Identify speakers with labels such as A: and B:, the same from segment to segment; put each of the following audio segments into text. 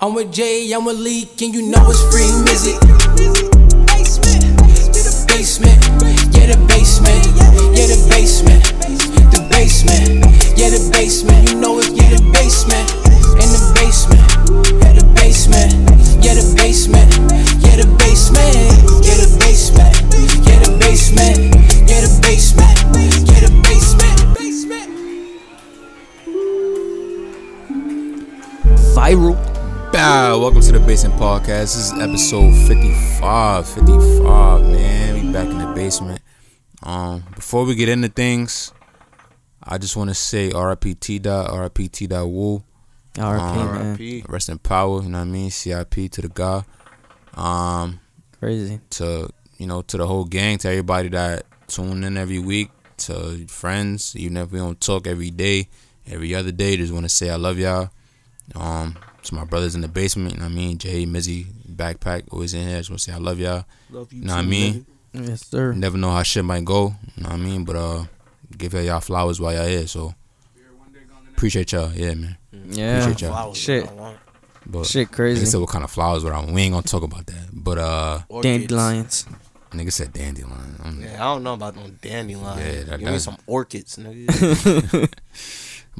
A: I'm with Jay, I'm with Leak, and you know it's free music. Basement, yeah, the basement, yeah, the basement, the basement, yeah, the basement. You know it's yeah, the basement, in the basement, yeah, the basement, yeah, the basement, yeah, the basement, yeah, the basement, yeah, the basement, yeah, the basement, yeah, the basement, basement.
B: Viral.
C: Bow. Welcome to the Basement Podcast. This is episode 55. 55, man. We back in the basement. Um, before we get into things, I just want to say RIP T dot RIP T dot Woo.
B: RP, man.
C: Um, Rest in power. You know what I mean? CIP to the guy. Um,
B: Crazy.
C: to you know to the whole gang, to everybody that tune in every week, to friends, even if we don't talk every day, every other day, just want to say I love y'all. Um, to my brothers in the basement, you know what I mean, Jay, Mizzy, Backpack, always in here. Just want to say I love y'all.
D: Love you
C: Know what I mean?
B: Yes, sir.
C: Never know how shit might go. You know what I mean? But uh, give y'all y'all flowers while y'all here. So appreciate y'all. Yeah, man.
B: Yeah.
C: Appreciate y'all.
B: Shit.
C: But
B: Shit,
C: They
B: crazy.
C: said what kind of flowers, but I, we ain't gonna talk about that. But uh,
B: Dandelions.
C: nigga said dandelion. I'm-
D: Yeah, I don't know about no dandelion.
C: Yeah,
D: Yeah,
C: that-
D: Give me
C: that-
D: some orchids, nigga.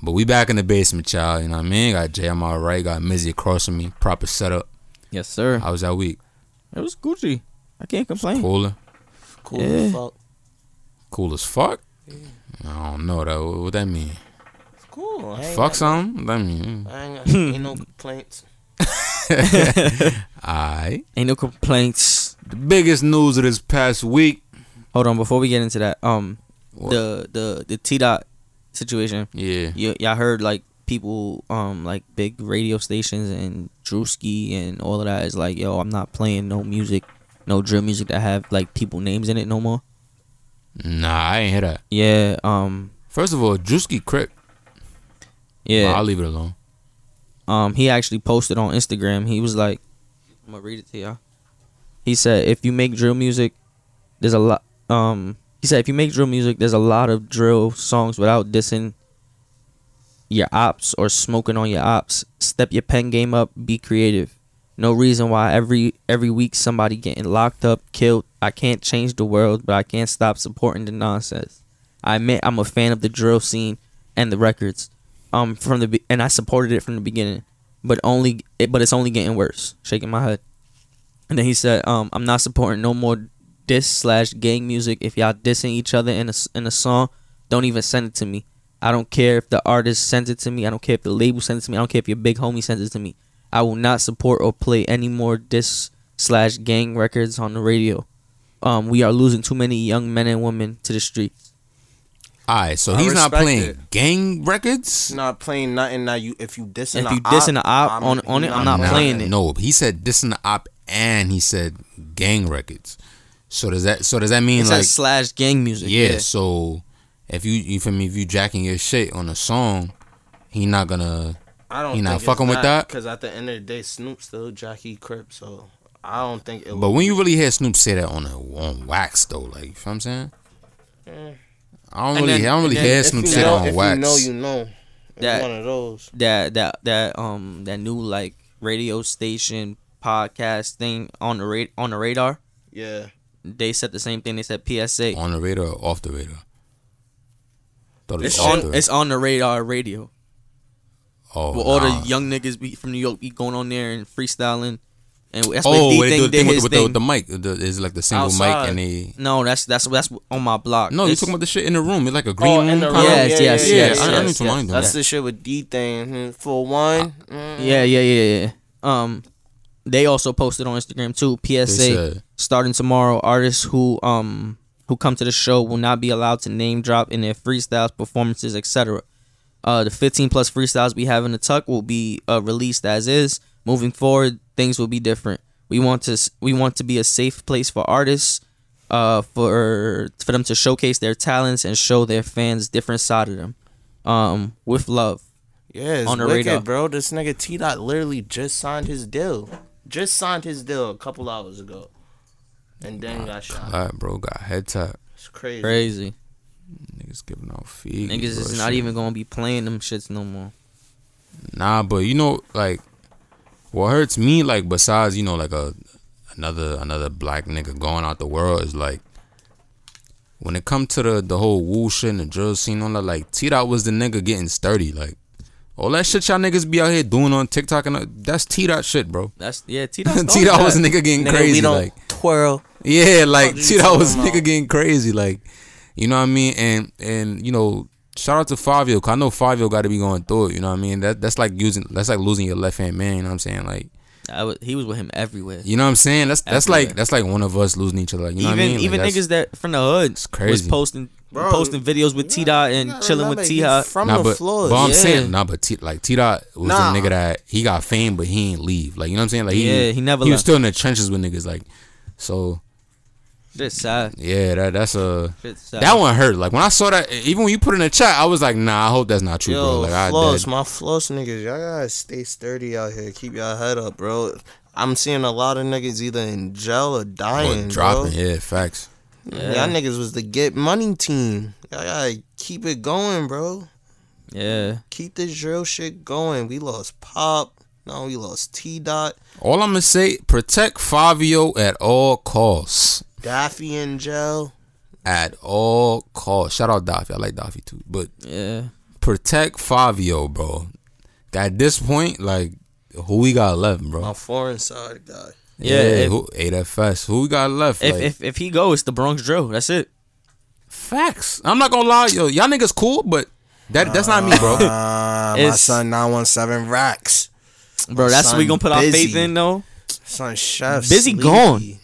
C: But we back in the basement, child. You know what I mean? Got Jay, I'm all right. Got Mizzy across from me. Proper setup.
B: Yes, sir.
C: How was that week?
B: It was Gucci. I can't complain.
C: Cooler?
D: cool as
B: Yeah.
D: fuck.
C: Cool as fuck? I don't know, though. What- What that mean?
D: It's cool. I ain't
C: Fuck
D: got-
C: something? What that mean?
D: I ain't, got- ain't no complaints.
C: Aight.
B: Ain't no complaints.
C: The biggest news of this past week.
B: Hold on, before we get into that, um,
C: What?
B: the the the T dot situation.
C: Yeah.
B: Y- y'all heard like people, um, like big radio stations and Drewski and all of that is like, yo, I'm not playing no music, no drill music that have like people names in it no more.
C: Nah, I ain't hear that.
B: Yeah. Um.
C: First of all, Drewski Crip.
B: Yeah.
C: I'll leave it alone.
B: um, he actually posted on Instagram. He was like, "I'm gonna read it to y'all." He said, "If you make drill music, there's a lot." Um, he said, "If you make drill music, there's a lot of drill songs without dissing your ops or smoking on your ops. Step your pen game up. Be creative. No reason why every every week somebody getting locked up, killed. I can't change the world, but I can't stop supporting the nonsense. I admit I'm a fan of the drill scene and the records. Um, from the be- and I supported it from the beginning, but only it, but it's only getting worse. Shaking my head. And then he said, um, I'm not supporting no more diss slash gang music. If y'all dissing each other in a s- in a song, don't even send it to me. I don't care if the artist sends it to me. I don't care if the label sends it to me. I don't care if your big homie sends it to me. I will not support or play any more diss slash gang records on the radio. Um, we are losing too many young men and women to the streets.
C: Alright, so
D: I
C: he's not
D: respect
C: playing
D: it.
C: gang records?
D: It's not playing nothing that you if you dissing.
B: If
D: a
B: you dissing a op on- on it,
D: you
B: I'm not
C: Nah,
B: playing it.
C: No, he said this in the op and he said gang records. So does that so does that mean
B: It
C: like
B: says slash gang music.
C: yeah, so if you you feel me, if you jacking your shit on a song, he not gonna
D: I don't.
C: You
D: think
C: not
D: it's
C: fucking with that?
D: Because at the end of the day, Snoop still Jackie Crip, so I don't think it.
C: but
D: would
C: when you
D: be-
C: really hear Snoop say that on a on wax though, like you feel what I'm saying? I don't
B: And
C: really
B: then-
C: I don't really
B: and then
C: hear
B: if
C: Snoop
D: you
C: say that
D: know,
C: on
D: if
C: wax.
D: you know, you know. It's
B: That-
D: one of those.
B: that that that um that new like radio station podcast thing on the ra- on the radar.
D: Yeah.
B: They said the same thing. They said PSA.
C: on the radar or off the radar? Thought it was
B: it's
C: off
B: on
C: the
B: it's on the radar radio.
C: oh,
B: Where all
C: nah.
B: the young niggas be from New York be going on there and freestyling. And that's what
C: Oh,
B: D
C: they do
B: thing
C: the
B: did
C: thing with,
B: his
C: with, the,
B: thing.
C: with the mic. The, it's like the single mic
D: Outside.
C: and they.
B: no, that's that's that's on my block.
C: No, you're
B: It's-
C: talking about the shit in the room. It's like a green room.
D: Oh, in the
C: kinda?
D: room.
B: Yes,
D: yeah,
B: yes,
D: yeah,
B: yes,
D: yeah,
C: I, I
B: yes,
C: need to mind
D: That's
C: that.
D: the shit with D thing. mhm, For one, mm,
B: yeah, yeah, yeah, yeah. Um, they also posted on Instagram too.
C: They
B: PSA
C: said-
B: starting tomorrow, artists who um who come to the show will not be allowed to name drop in their freestyles, performances, etc. Uh, the 15 plus freestyles we have in the tuck will be uh, released as is. Moving forward, things will be different. We want to s- we want to be a safe place for artists, uh, for for them to showcase their talents and show their fans different side of them, um, with love.
D: yeah, it's
B: On the
D: wicked,
B: radar.
D: bro. This nigga T Dot literally just signed his deal. Just signed his deal a couple hours ago, and then got shot.
C: Alright, bro, got head tap.
D: It's crazy.
B: Crazy.
C: Niggas giving out feet.
B: Niggas is not even gonna be playing them shits no more.
C: Nah, but you know, like, What hurts me, like besides you know, like a another another black nigga going out the world is like when it come to the the whole woo shit and the drill scene on that. Like T Dot was the nigga getting sturdy, like. All that shit y'all niggas be out here doing on TikTok and uh, that's T dot shit, bro.
B: That's yeah. T
C: T dot was nigga getting
D: Nigga,
C: crazy,
D: we don't
C: like
D: twirl.
C: yeah, like
D: Fuck you
C: T dot was
D: talking
C: nigga
D: about?
C: getting crazy, like you know what I mean. And and you know, shout out to Fabio, cause I know Fabio got to be going through it. You know what I mean. That that's like using that's like losing your left hand man. You know what I'm saying, like
B: I was, he was with him everywhere.
C: you know what I'm saying. That's that's
B: Everywhere.
C: like that's like one of us losing each other. Like, you know
B: even
C: what I mean. Like,
B: even
C: that's-
B: niggas that from the hood was
C: crazy.
B: posting
D: Bro,
B: posting videos with T Dot and chilling with T Hot.
D: From
C: nah,
D: the
C: but,
D: floors.
C: But I'm
B: yeah.
C: saying, nah, but T, like T Dot was a
D: Nah.
C: nigga that he got fame, but he ain't leave. Like you know what I'm saying? Like
B: Yeah, he never
C: He was
B: left.
C: still in the trenches with niggas. Like so,
B: Shit's sad.
C: yeah, that that's a.
B: Shit's sad.
C: That one hurt. Like when I saw that, even when you put in the chat, I was like, "Nah, I hope that's not true, bro."
D: Yo,
C: Like, I
D: floss,
C: that-
D: my floss niggas, y'all gotta stay sturdy out here. Keep y'all head up, bro. I'm seeing a lot of niggas either in jail or dying,
C: or
D: bro.
C: dropping. Yeah, facts.
B: Yeah.
D: Y'all niggas was the get money team. Y'all gotta keep it going, bro.
B: Yeah.
D: Keep this drill shit going. We lost Pop. No, we lost T Dot.
C: All I'm gonna say, protect Fabio at all costs.
D: Daffy in jail.
C: At all costs. Shout out Daffy. I like Daffy too, but
B: Yeah.
C: protect Fabio, bro. At this point, like, who we got left, bro?
D: My foreign side guy.
B: Yeah,
C: Yeah,
B: if-
C: who, 8FS. Who we got left?
B: If
C: like,
B: if if he go, it's the Bronx drill. That's it.
C: facts. I'm not gonna lie, yo, y'all niggas cool, but that that's not me, bro.
D: Uh, my
B: It's-
D: son 917 racks.
B: Bro, that's what we
D: Son,
B: gonna put our
D: busy.
B: faith in though.
D: Son chef.
B: Busy
D: sleepy.
B: gone.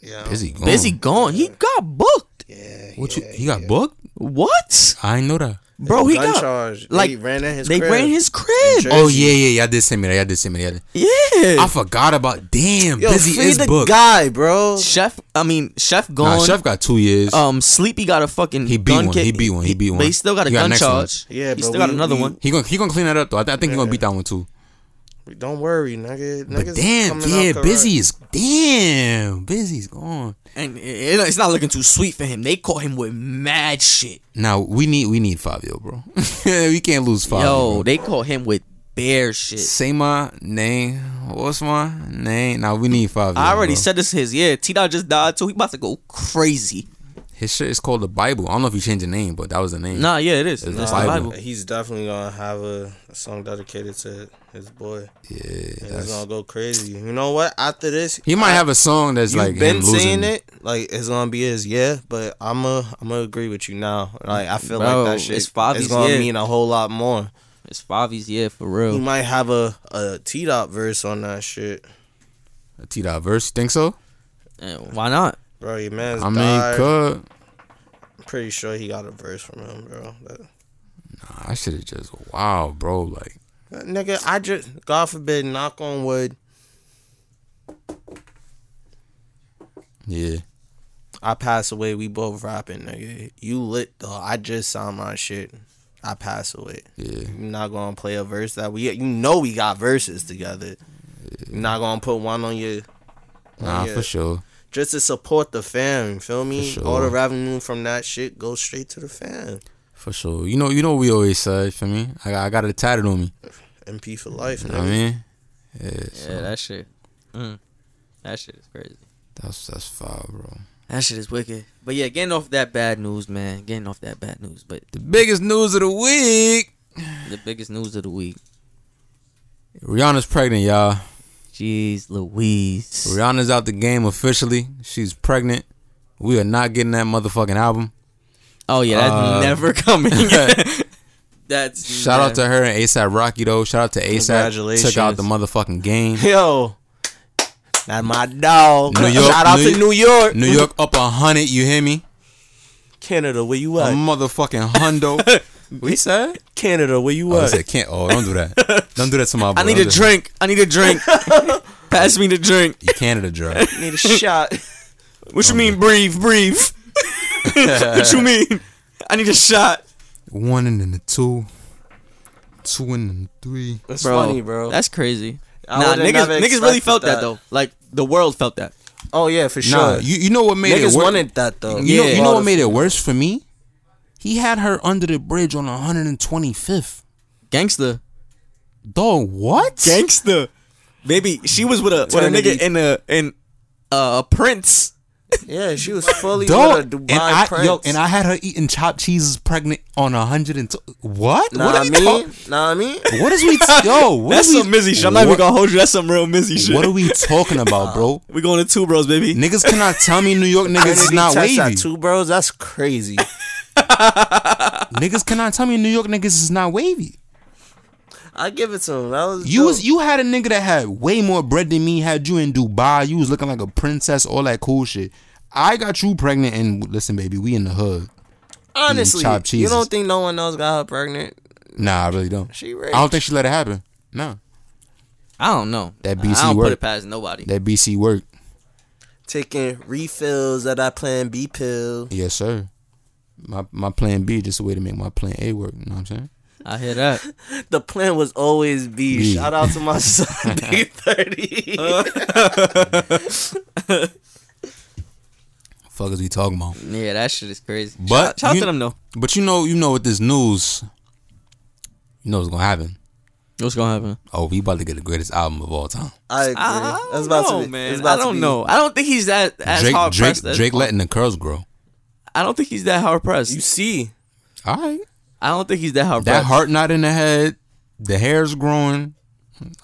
D: Yeah.
C: Busy gone.
B: Busy gone. He got booked.
D: Yeah.
C: What
D: yeah.
C: you? He got booked?
B: What?
C: I ain't know that.
B: Bro, he
D: Gun
B: got
D: charge.
B: like
D: They ran in his
B: They
D: crib.
B: ran his crib.
D: Jer-
C: Oh yeah, yeah, y'all did send me that. Y'all did send me that. Y'all did-
B: Yeah.
C: I forgot about. Damn,
D: Yo,
C: busy
D: free
C: is
D: the
C: booked.
D: guy, bro.
B: Chef, I mean Chef gone.
C: Nah, Chef got two years.
B: Um, Sleepy got a fucking
C: He beat
B: gun
C: one,
B: ca-
C: he beat one, he beat one.
B: But he still got a
C: He got
B: gun
C: next one.
B: charge.
D: Yeah,
B: he
D: but
B: still got
D: we-
B: another
D: we-
B: one.
C: he gonna he gonna clean that up though. I, thi- I think he gonna beat that one too.
D: Don't worry, nigga.
C: But
D: Niggas
C: damn,
D: coming
C: yeah,
D: out
C: busy is damn, busy's gone.
B: And it- it's not looking too sweet for him. They caught him with mad shit.
C: Now we need we need Fabio, bro. we can't lose Fabio.
B: Yo,
C: bro.
B: they caught him with bear shit.
C: Say my name. What's my name? Now we need Fabio.
B: I already
C: bro.
B: said this is his. Yeah, T Dot just died too. He about to go crazy.
C: his shit is called the Bible. I don't know if he changed the name, but that was the name.
B: Nah, yeah, it is. It's
C: It's
B: the
C: the Bible.
B: Bible.
D: Correct. He's definitely gonna have a, a song dedicated to his boy.
C: yeah,
D: And it's
C: that's-
D: gonna go crazy. You know what? After this,
C: he might have a song that's
D: You've
C: like
D: been
C: him losing.
D: saying it, like it's gonna be his yeah, but I'm a I'm gonna agree with you now. Like I feel
B: Bro,
D: like that shit
B: it's
D: is
B: Favi's
D: gonna
B: yeah.
D: mean a whole lot more.
B: It's Favi's. Yeah, for
D: He
B: real.
D: might have a a T dot verse on that shit,
C: A T dot verse. Think so?
B: And why not?
D: bro. Your man's
C: I mean,
D: died.
C: could
D: Pretty sure he got a verse from him, bro. That,
C: I should have just wow, bro. Like
D: that nigga, I just God forbid, knock on wood,
C: yeah,
D: I pass away. We both rapping, nigga. You lit though. I just signed my shit. I pass away.
C: yeah.
D: You're not gonna play a verse that we. You know we got verses together. You're not gonna put one on your
C: Nah,
D: Yeah.
C: for sure.
D: just to support the fam. Feel me?
C: For sure.
D: All the revenue from that shit goes straight to the fam.
C: For sure. You know, you know what we always said for me. I got, I got it tatted on me.
D: MP for life,
C: You
D: nigga.
C: know what I mean? Yeah, so
B: Yeah, that shit. Mm. That shit is crazy.
C: that's that's foul, bro.
B: That shit is wicked. But yeah, getting off that bad news, man. Getting off that bad news. But
C: The biggest news of the week:
B: the biggest news of the week.
C: Rihanna's pregnant, y'all.
B: Jeez Louise.
C: Rihanna's out the game officially. She's pregnant. We are not getting that motherfucking album.
B: Oh yeah, that's
C: Uh,
B: never coming. that's
C: Shout out to her and ASAP Rocky though. Shout out to ASAP. Took out
D: Congratulations.
C: the motherfucking game.
D: Yo, that's my dog.
C: New York,
D: Shout out
C: New
D: to
C: Yo-
D: New York,
C: New York up a hundred. You hear me?
D: Canada. Where you
C: A
D: at?
C: motherfucking hundo. we said.
D: Canada. Where you
C: Oh, I
D: at?
C: said can't. Oh, don't do that. Don't do that to my. Boy.
B: I need
C: Don't
B: a
C: do that.
B: drink. I need a drink. Pass me the drink.
C: You Canada drug.
D: Need a shot.
B: What you mean, breathe, breathe? what you mean? I need a shot.
C: One and then the two, two and then the three.
D: That's funny, bro.
B: That's crazy.
D: I
B: nah,
D: would've
B: niggas,
D: never
B: niggas really
D: expected
B: felt that.
D: that.
B: though. Like the world felt that.
D: oh yeah, for sure.
C: Nah, you, you know what made
D: niggas
C: it worse?
D: wanted that though.
C: you know,
B: Yeah.
C: you know what made it worse for me? He had her under the bridge on 125th.
B: Gangster.
C: Dog, what?
B: Gangster. Baby, she was with a with a nigga
D: Eternity.
B: in a in uh, a prince.
D: Yeah, she was fully
C: Dog,
D: with a Dubai
C: and I
D: prince.
C: yo, and I had her eating chopped cheeses pregnant on a hundred and two. What?
D: Nah,
C: what
D: I
C: are you
D: mean,
C: talk-
D: nah, I mean,
C: What is we? Yo, what
B: That's
C: are we,
B: some Mizzy shit. I'm not even
C: what-
B: gonna hold you. That's some real Mizzy shit.
C: What are we talking about, bro?
B: we going to two bros, baby?
C: Niggas cannot tell me New York niggas is
D: Trinity
C: not
D: tests at
C: wavy.
D: Two bros, that's crazy.
C: Niggas cannot tell me New York niggas is not wavy.
D: I give it to him. That was
C: You
D: dope.
C: was you had a nigga that had way more bread than me. Had you in Dubai. You was looking like a princess. All that cool shit. I got you pregnant, and listen, baby, we in the hood.
D: honestly.
C: chopped
D: You
C: Mm, cheeses.
D: don't think no one else got her pregnant?
C: Nah, I really don't.
D: She
C: I
D: rich.
C: don't think she let it happen. Nah,
B: I don't know.
C: That
B: I
C: BC
B: don't
C: work.
B: put it past nobody.
C: that BC work.
D: Taking refills of that Plan B pill.
C: Yes, sir. My my plan B just a way to make my plan A work. You know what I'm saying?
B: I hear that.
D: The plan was always B.
C: B.
D: Shout out to my son, Big Thirty.
B: Uh,
C: Fuck is we talking about?
B: Yeah, that shit is crazy. shout,
C: But
B: shout
C: you-
B: to them though.
C: But you know, you know with this news, you know what's gonna happen.
B: What's gonna happen?
C: Oh, we about to get the greatest album of all time.
D: I agree.
B: I
D: That's
B: don't know,
D: about to be. It's
B: man. I
D: about to
B: don't
D: be.
B: know. I don't think he's that as
C: Drake,
B: hard
C: Drake,
B: pressed. as-
C: Drake letting the curls grow.
B: I don't think he's that hard pressed.
D: You see,
C: All right,
B: I don't think he's that hard
C: that
B: pressed.
C: heart not in the head, the hair's growing.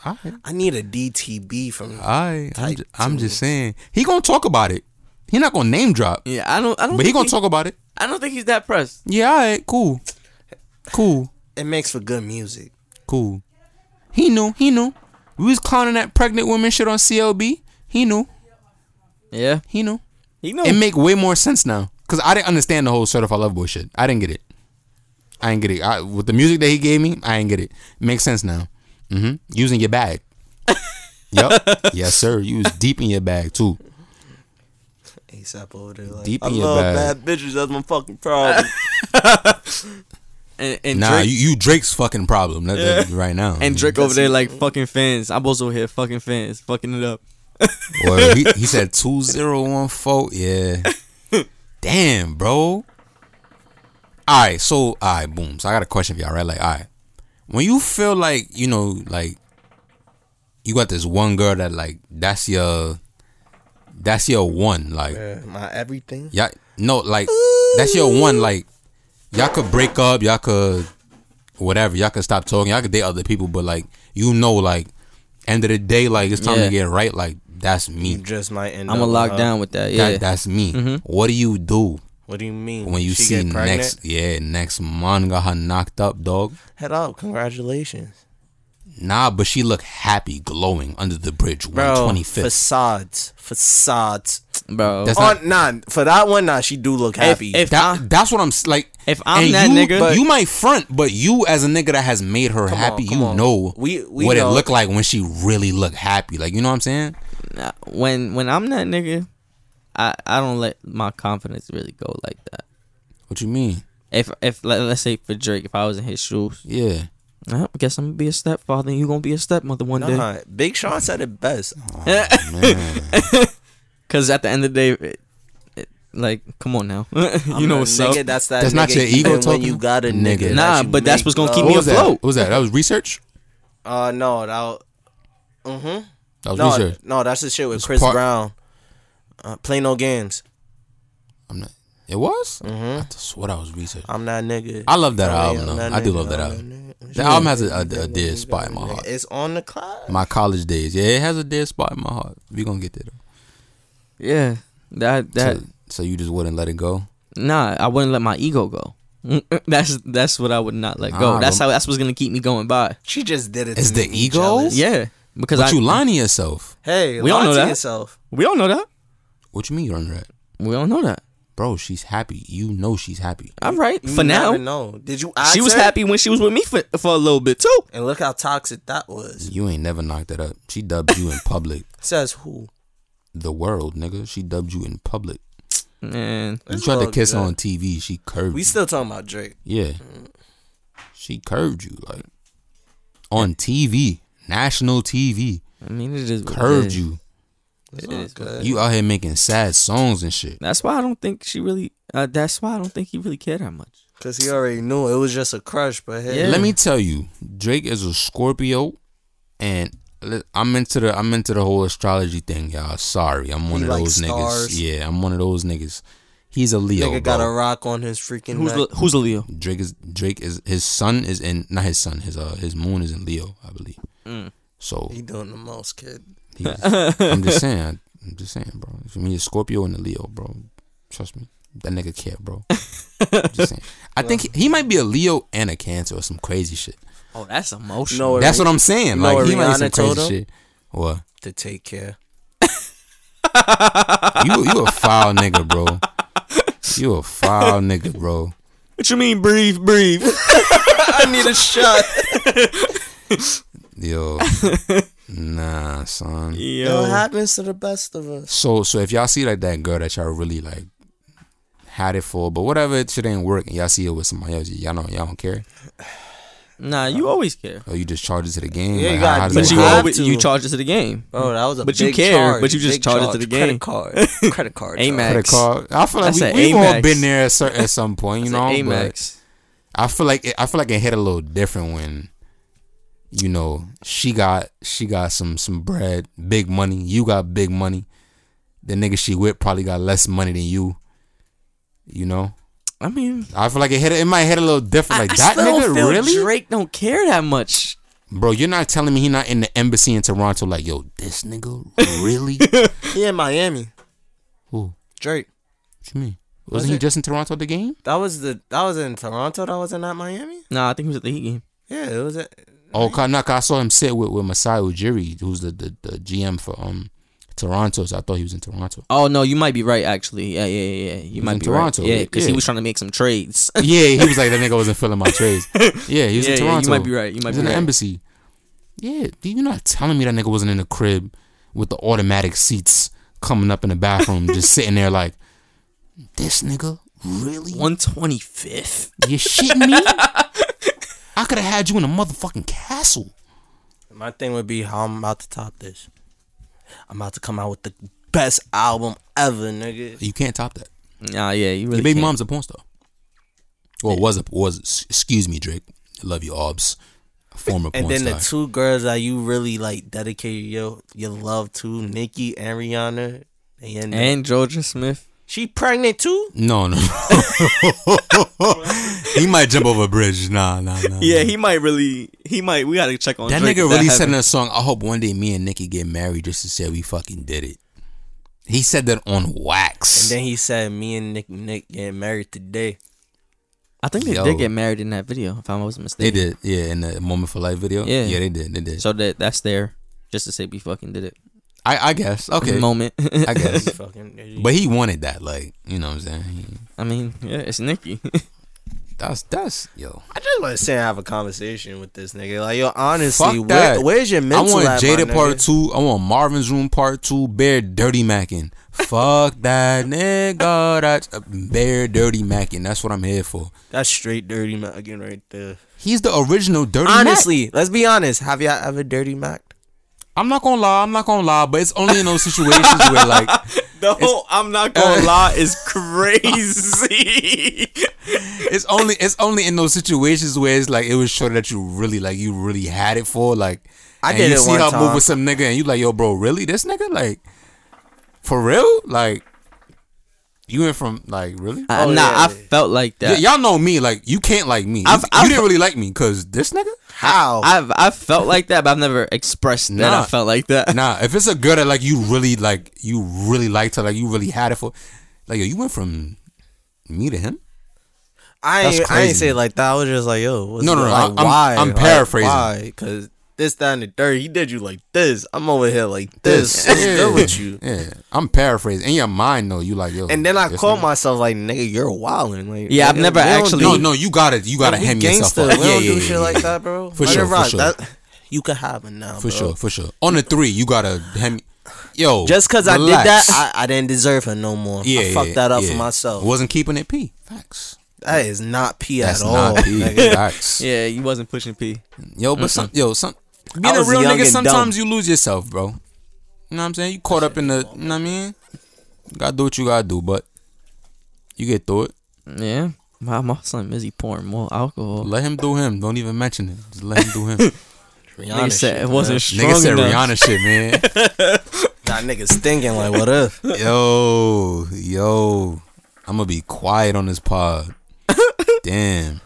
C: All right,
D: I need a DTB from.
C: all right. I'm,
D: Type
C: ju- I'm
D: two.
C: just saying he gonna talk about it. He not gonna name drop,
B: Yeah, I don't. I don't.
C: but he
B: think
C: gonna talk about it.
B: I don't think he's that pressed.
C: Yeah, all right, cool, cool,
D: It makes for good music.
C: cool. He knew, he knew. We was clowning that pregnant woman shit on CLB. He knew,
B: Yeah,
C: he knew.
B: he know.
C: it make way more sense now because I didn't understand the whole certified love boy shit. I didn't get it. I didn't get it. I, with the music that he gave me, I didn't get it. Makes sense now. hmm Using your bag. yep. Yes, sir. You was deep in your bag too.
D: ASAP over there. Like,
C: Deep
D: I
C: in your
D: love
C: bag.
D: bad bitches. That's my fucking problem.
B: and, and
C: Nah,
B: Drake,
C: you, you Drake's fucking problem that- that- right now.
B: and Drake over there like fucking fans. I'm also here fucking fans, fucking it up.
C: Or he, he said two zero one four. Yeah. Damn, bro. All right, so all right, boom. So I got a question for y'all, right? Like, all right, when you feel like you know, like you got this one girl that like that's your that's your one, like
D: my everything.
C: y'all no, like that's your one, like y'all could break up, y'all could whatever, y'all could stop talking, y'all could date other people, but like you know, like end of the day, like it's time
B: Yeah.
C: to get right, like that's me.
D: You just might end.
B: I'm gonna
D: up
B: lock
D: with her.
B: down with that. Yeah,
C: uh, That, that's me. What do you do
D: What do you mean?
C: when you
D: She
C: see
D: get pregnant?
C: next? Yeah, next man got her knocked up, dog.
D: Head up. Congratulations.
C: Nah, but she looked happy, glowing under the bridge.
D: Bro,
C: One twenty fifth.
D: facades, facades.
B: bro.
C: That's
D: On nah, for that one, nah, she do look happy.
B: if I-
C: That, that's what I'm s- like.
B: If I'm
C: and
B: that
C: you,
B: nigga-
C: but you might front, but you as a nigga that has made her happy,
D: come
C: you
D: on.
C: know
D: We- we
C: what
D: know.
C: it looked like when she really looked happy. Like you know what I'm saying?
B: Nah, when when I'm that nigga, I I don't let my confidence really go like that.
C: What you mean?
B: If if let, let's say for Drake, if I was in his shoes,
C: Yeah.
B: I guess I'm gonna be a stepfather and you gonna be a stepmother one day.
D: nah, Big Sean said it best.
B: Oh, Cause at the end of the day, it, it, like, come on now, you know
D: a
B: what's
D: nigga,
B: up.
D: That's that.
C: That's
D: nigga
C: not your ego
D: even when
C: talking?
D: you got a
C: Nigga.
D: nigga. that
B: Nah,
D: you
B: but that's
D: make
B: what's gonna
D: love.
B: keep me
C: What was that?
B: afloat.
C: What was that? That was research.
D: Uh, no, that. Mm-hmm.
C: That was
D: No,
C: Oh, research.
D: no, that's the shit with Chris
C: part-
D: Brown. Uh, play no games.
C: I'm not. It was. Mm-hmm. I swear I was research.
D: I'm not nigga.
C: I love that
D: Don't
C: album.
D: mean I'm
C: though.
D: not
C: I do
D: nigga,
C: love that
D: I'm
C: album.
D: not nigga.
C: That album has a, a, a dear spot in my heart.
D: It's on the clock.
C: My college days, yeah, it has a dear spot in my heart. We gonna get there. Though.
B: Yeah, that that
C: so, so you just wouldn't let it go.
B: nah, I wouldn't let my ego go. that's that's what I would not let go.
C: Nah,
B: that's
C: but-
B: how that's what's gonna keep me going by.
D: She just did it.
C: It's
D: to
C: the
D: make me
C: ego?
D: jealous.
B: Yeah, because
C: But
B: I
C: you lying to yourself.
D: Hey,
B: We
D: lie
B: all know
D: to
B: that.
D: yourself.
B: we all know that.
C: What you mean you're under that,
B: We all know that.
C: bro? She's happy. You know she's happy.
B: All right,
D: You
B: for now,
D: never know. Did you? Ask
B: she was
D: her?
B: happy when she was with me for for a little bit too.
D: And look how toxic that was.
C: You ain't never knocked it up. She dubbed you in public.
D: Says who?
C: The world, nigga. She dubbed you in public.
B: Man,
C: You
D: This
C: tried to
D: little
C: kiss her
D: girl.
C: on TV. She curved.
D: We
C: you.
D: still talking about Drake.
C: yeah. She curved you like on TV, national TV.
B: I mean, it is what it
C: Curved
B: is.
C: you.
D: It's
B: It
D: all
B: is.
D: good.
C: You out here making sad songs and shit.
B: That's why I don't think she really. Uh, that's why I don't think he really cared that much.
D: Cause he already knew it was just a crush, but hey,
B: Yeah.
C: Let me tell you, Drake is a Scorpio, and li- I'm into the I'm into the whole astrology thing, y'all. Sorry, I'm one
D: He
C: of
D: likes
C: those niggas.
D: stars.
C: Yeah, I'm one of those niggas. He's a Leo.
D: Nigga got a
C: bro.
D: rock on his freaking
B: Who's
D: neck.
B: Le- who's a Leo?
C: Drake is Drake is his sun is in not his sun his uh his moon is in Leo, I believe.
B: Mm.
C: So
D: he doing the most, kid.
C: he's, I'm just saying, I'm just saying, bro. If you mean a Scorpio and a Leo, bro, trust me, that nigga care, bro. just saying. I think he, he might be a Leo and a Cancer or some crazy shit.
B: Oh, that's emotional.
D: No,
C: That's what I'm saying.
D: you know
C: like
D: what
C: he might be some
D: Rihanna told
C: crazy
D: him?
C: shit. What?
D: to take care.
C: You you a foul nigga, bro. You a foul nigga, bro.
B: What you mean, breathe, breathe?
D: I need a shot.
C: Yo, nah, son.
D: Yo, it
B: Yo,
D: happens to the best of us.
C: So so if y'all see like that girl that y'all really like had it for, but whatever it shit ain't working, y'all see it with somebody else, y'all know y'all don't care.
B: nah, you always care,
C: Or you just charge it to the game.
D: Yeah,
C: like,
D: you
C: how-
D: got-
C: how does
B: but
C: that
B: you
C: work?
D: have
B: always,
D: to.
B: you charge it to the game.
D: Oh, that was a
B: But you
D: big
B: care,
D: charge,
B: but you just
D: big
B: charged it to the game.
D: Credit card, credit card. charge.
B: Amen.
C: Credit card. I feel like
B: That's an
C: we, we've all
B: Amex.
C: been there at, cer- at some point, you
B: It's
C: know.
B: an
C: but
B: Amex.
C: I feel like it, I feel like it hit a little different when, you know, she got she got some some bread, big money. You got big money. The nigga she with probably got less money than you. You know,
B: I mean,
C: I feel like it hit it might hit a little different. Like that
B: I still
C: nigga
B: feel
C: really,
B: Drake don't care that much.
C: bro. You're not telling me he not in the embassy in Toronto. Like yo, this nigga really.
D: He in Miami.
C: Who?
D: Drake.
C: What you mean?
D: Was
C: Wasn't he
D: it-
C: just in Toronto at the game?
D: That was the. That was in Toronto. That wasn't at Miami.
B: Nah, I think he was at the Heat game.
D: Yeah, it was. At,
C: Oh, ca- no, 'cause I saw him sit with with Masai Ujiri, who's the, the the GM for um Toronto. So I thought he was in Toronto.
B: Oh no, you might be right actually. Yeah, yeah, yeah. yeah. You might
C: in
B: be
C: Toronto,
B: right. Yeah, because
C: yeah.
B: he was trying to make some trades.
C: yeah, he was like that nigga wasn't feeling my trades. Yeah, he was
B: Yeah, yeah,
C: in
B: you
C: Toronto.
B: might be right, you might be
C: he was in the
B: right.
C: embassy. Yeah, dude, you're not telling me that nigga wasn't in the crib with the automatic seats coming up in the bathroom, just sitting there like, this nigga really?
B: One twenty fifth.
C: You shitting me? I could have had you in a motherfucking castle.
D: my thing would be how I'm about to top this. I'm about to come out with the best album ever, nigga.
C: You can't top that.
B: Nah, yeah, you really.
C: Your baby
B: can't.
C: mom's a porn star. Well, was a was s- excuse me, Drake. I love you, Obs. Former porn
D: And then
C: star.
D: the two girls that you really like dedicated your your love to, Nikki and Rihanna. They end up-
B: and Georgia Smith.
D: she pregnant too.
C: no, no. he might jump over a bridge. Nah, nah, nah.
B: Yeah, he might really. He might. We gotta check on
C: That
B: Drake
C: nigga
B: if that
C: really said in
B: happened.
C: a song. I hope one day me and Nikki get married just to say we fucking did it. He said that on wax.
D: And then he said, "Me and Nick Nick getting married today."
B: I think they
C: Yo.
B: did get married in that video, if I wasn't
C: they
B: mistaken.
C: did, yeah, in the Moment for Life video.
B: Yeah.
C: yeah, they did, they did.
B: So that that's there, just to say we fucking did it.
C: I, I guess, okay,
B: Moment.
C: I guess.
D: Fucking.
C: But he wanted that, like, you know what I'm saying? He-
B: I mean, yeah, it's Nikki.
C: that's that's yo.
D: I just want to sit and have a conversation with this nigga. Like, yo, honestly,
C: Fuck that.
D: where, where's your
C: I
D: mental?
C: want
D: at, my
C: Jada
D: nigga?
C: part two. I want Marvin's room part two. Bear dirty macking. Fuck that nigga. That's bear dirty macking. That's what I'm here for.
D: That's straight dirty Mac again right there.
C: He's the original dirty. Honestly,
D: Honestly, let's be honest. Have y'all ever dirty Mac?
C: I'm not gonna lie. I'm not gonna lie. But it's only in those situations where like
B: No, Oh, I'm not gonna lie, it's crazy.
C: it's only it's only in those situations where it's like it was sure that you really like you really had it for like.
D: I
C: and
D: did
C: you
D: it
C: see
D: one
C: her move
D: time.
C: with some nigga and you like yo bro really this nigga like for real like you went from like really
B: I,
D: Oh,
B: nah,
D: yeah,
B: I
D: yeah.
B: felt like
C: Y-
B: that.
C: y'all know me. Like you can't like me. You-
B: I've-
C: you,
B: I've-
C: didn't really like me because this nigga.
D: How?
B: I've I felt like that, but I've never expressed that
C: Nah.
B: I felt like that.
C: Nah, if it's a girl that like you really like, you really liked her, like you really had it for, like yo, you went from me to him.
D: I
C: That's
D: ain't, I ain't
C: crazy.
D: say it like that. I was just like, yo, what's
C: No, no,
D: up?
C: no,
D: Like,
C: I'm-
D: why?
C: I'm
D: Like,
C: paraphrasing.
D: why? Because this, that, and the third, he did you like this. I'm over here like this. What's
C: yeah,
D: good with you?
C: yeah. I'm paraphrasing. In your mind, though, you like yo.
D: And then I
C: this
D: call
C: nigga-
D: myself like, nigga, you're wilding. Like,
B: Yeah, I've
D: nigga,
B: never
D: we don't
B: actually-
C: No, no, you gotta, you gotta
D: we
C: hem yourself
D: gangsta.
C: up.
D: We
C: yeah,
D: don't
C: yeah,
D: do
C: yeah,
D: shit
C: yeah,
D: like
C: yeah.
D: that, bro.
C: For
D: Let it
C: sure, for
D: rock.
C: sure.
D: That- you could have it now,
C: For
D: bro.
C: sure, for sure. On the three, you gotta hem. Yo,
D: Just because I did that,
C: relax.
D: I, I didn't deserve her no more.
C: yeah,
D: I fucked
C: yeah,
D: that up
C: yeah.
D: for myself.
C: Wasn't keeping it p. Facts.
D: That is not P
C: That's
D: at all.
C: not p.
D: nigga.
C: Facts.
B: Yeah, you wasn't pushing P.
C: Yo, but some yo, some being a
D: I was
C: real
D: young
C: nigga,
D: and
C: sometimes you lose yourself, bro. You know what I'm saying? You caught up in the you know what I mean? Gotta do what you gotta do, but you get through it.
B: Yeah. My, my son busy pouring more alcohol.
C: Let him do him. Don't even mention it. Just let him do him.
D: Rihanna.
B: Nigga said
D: shit,
B: it wasn't strong
C: Nigga said
B: enough.
C: Rihanna shit, man.
D: Nah, niggas thinking like, what up?
C: Yo, yo, I'm gonna be quiet on this pod. Damn,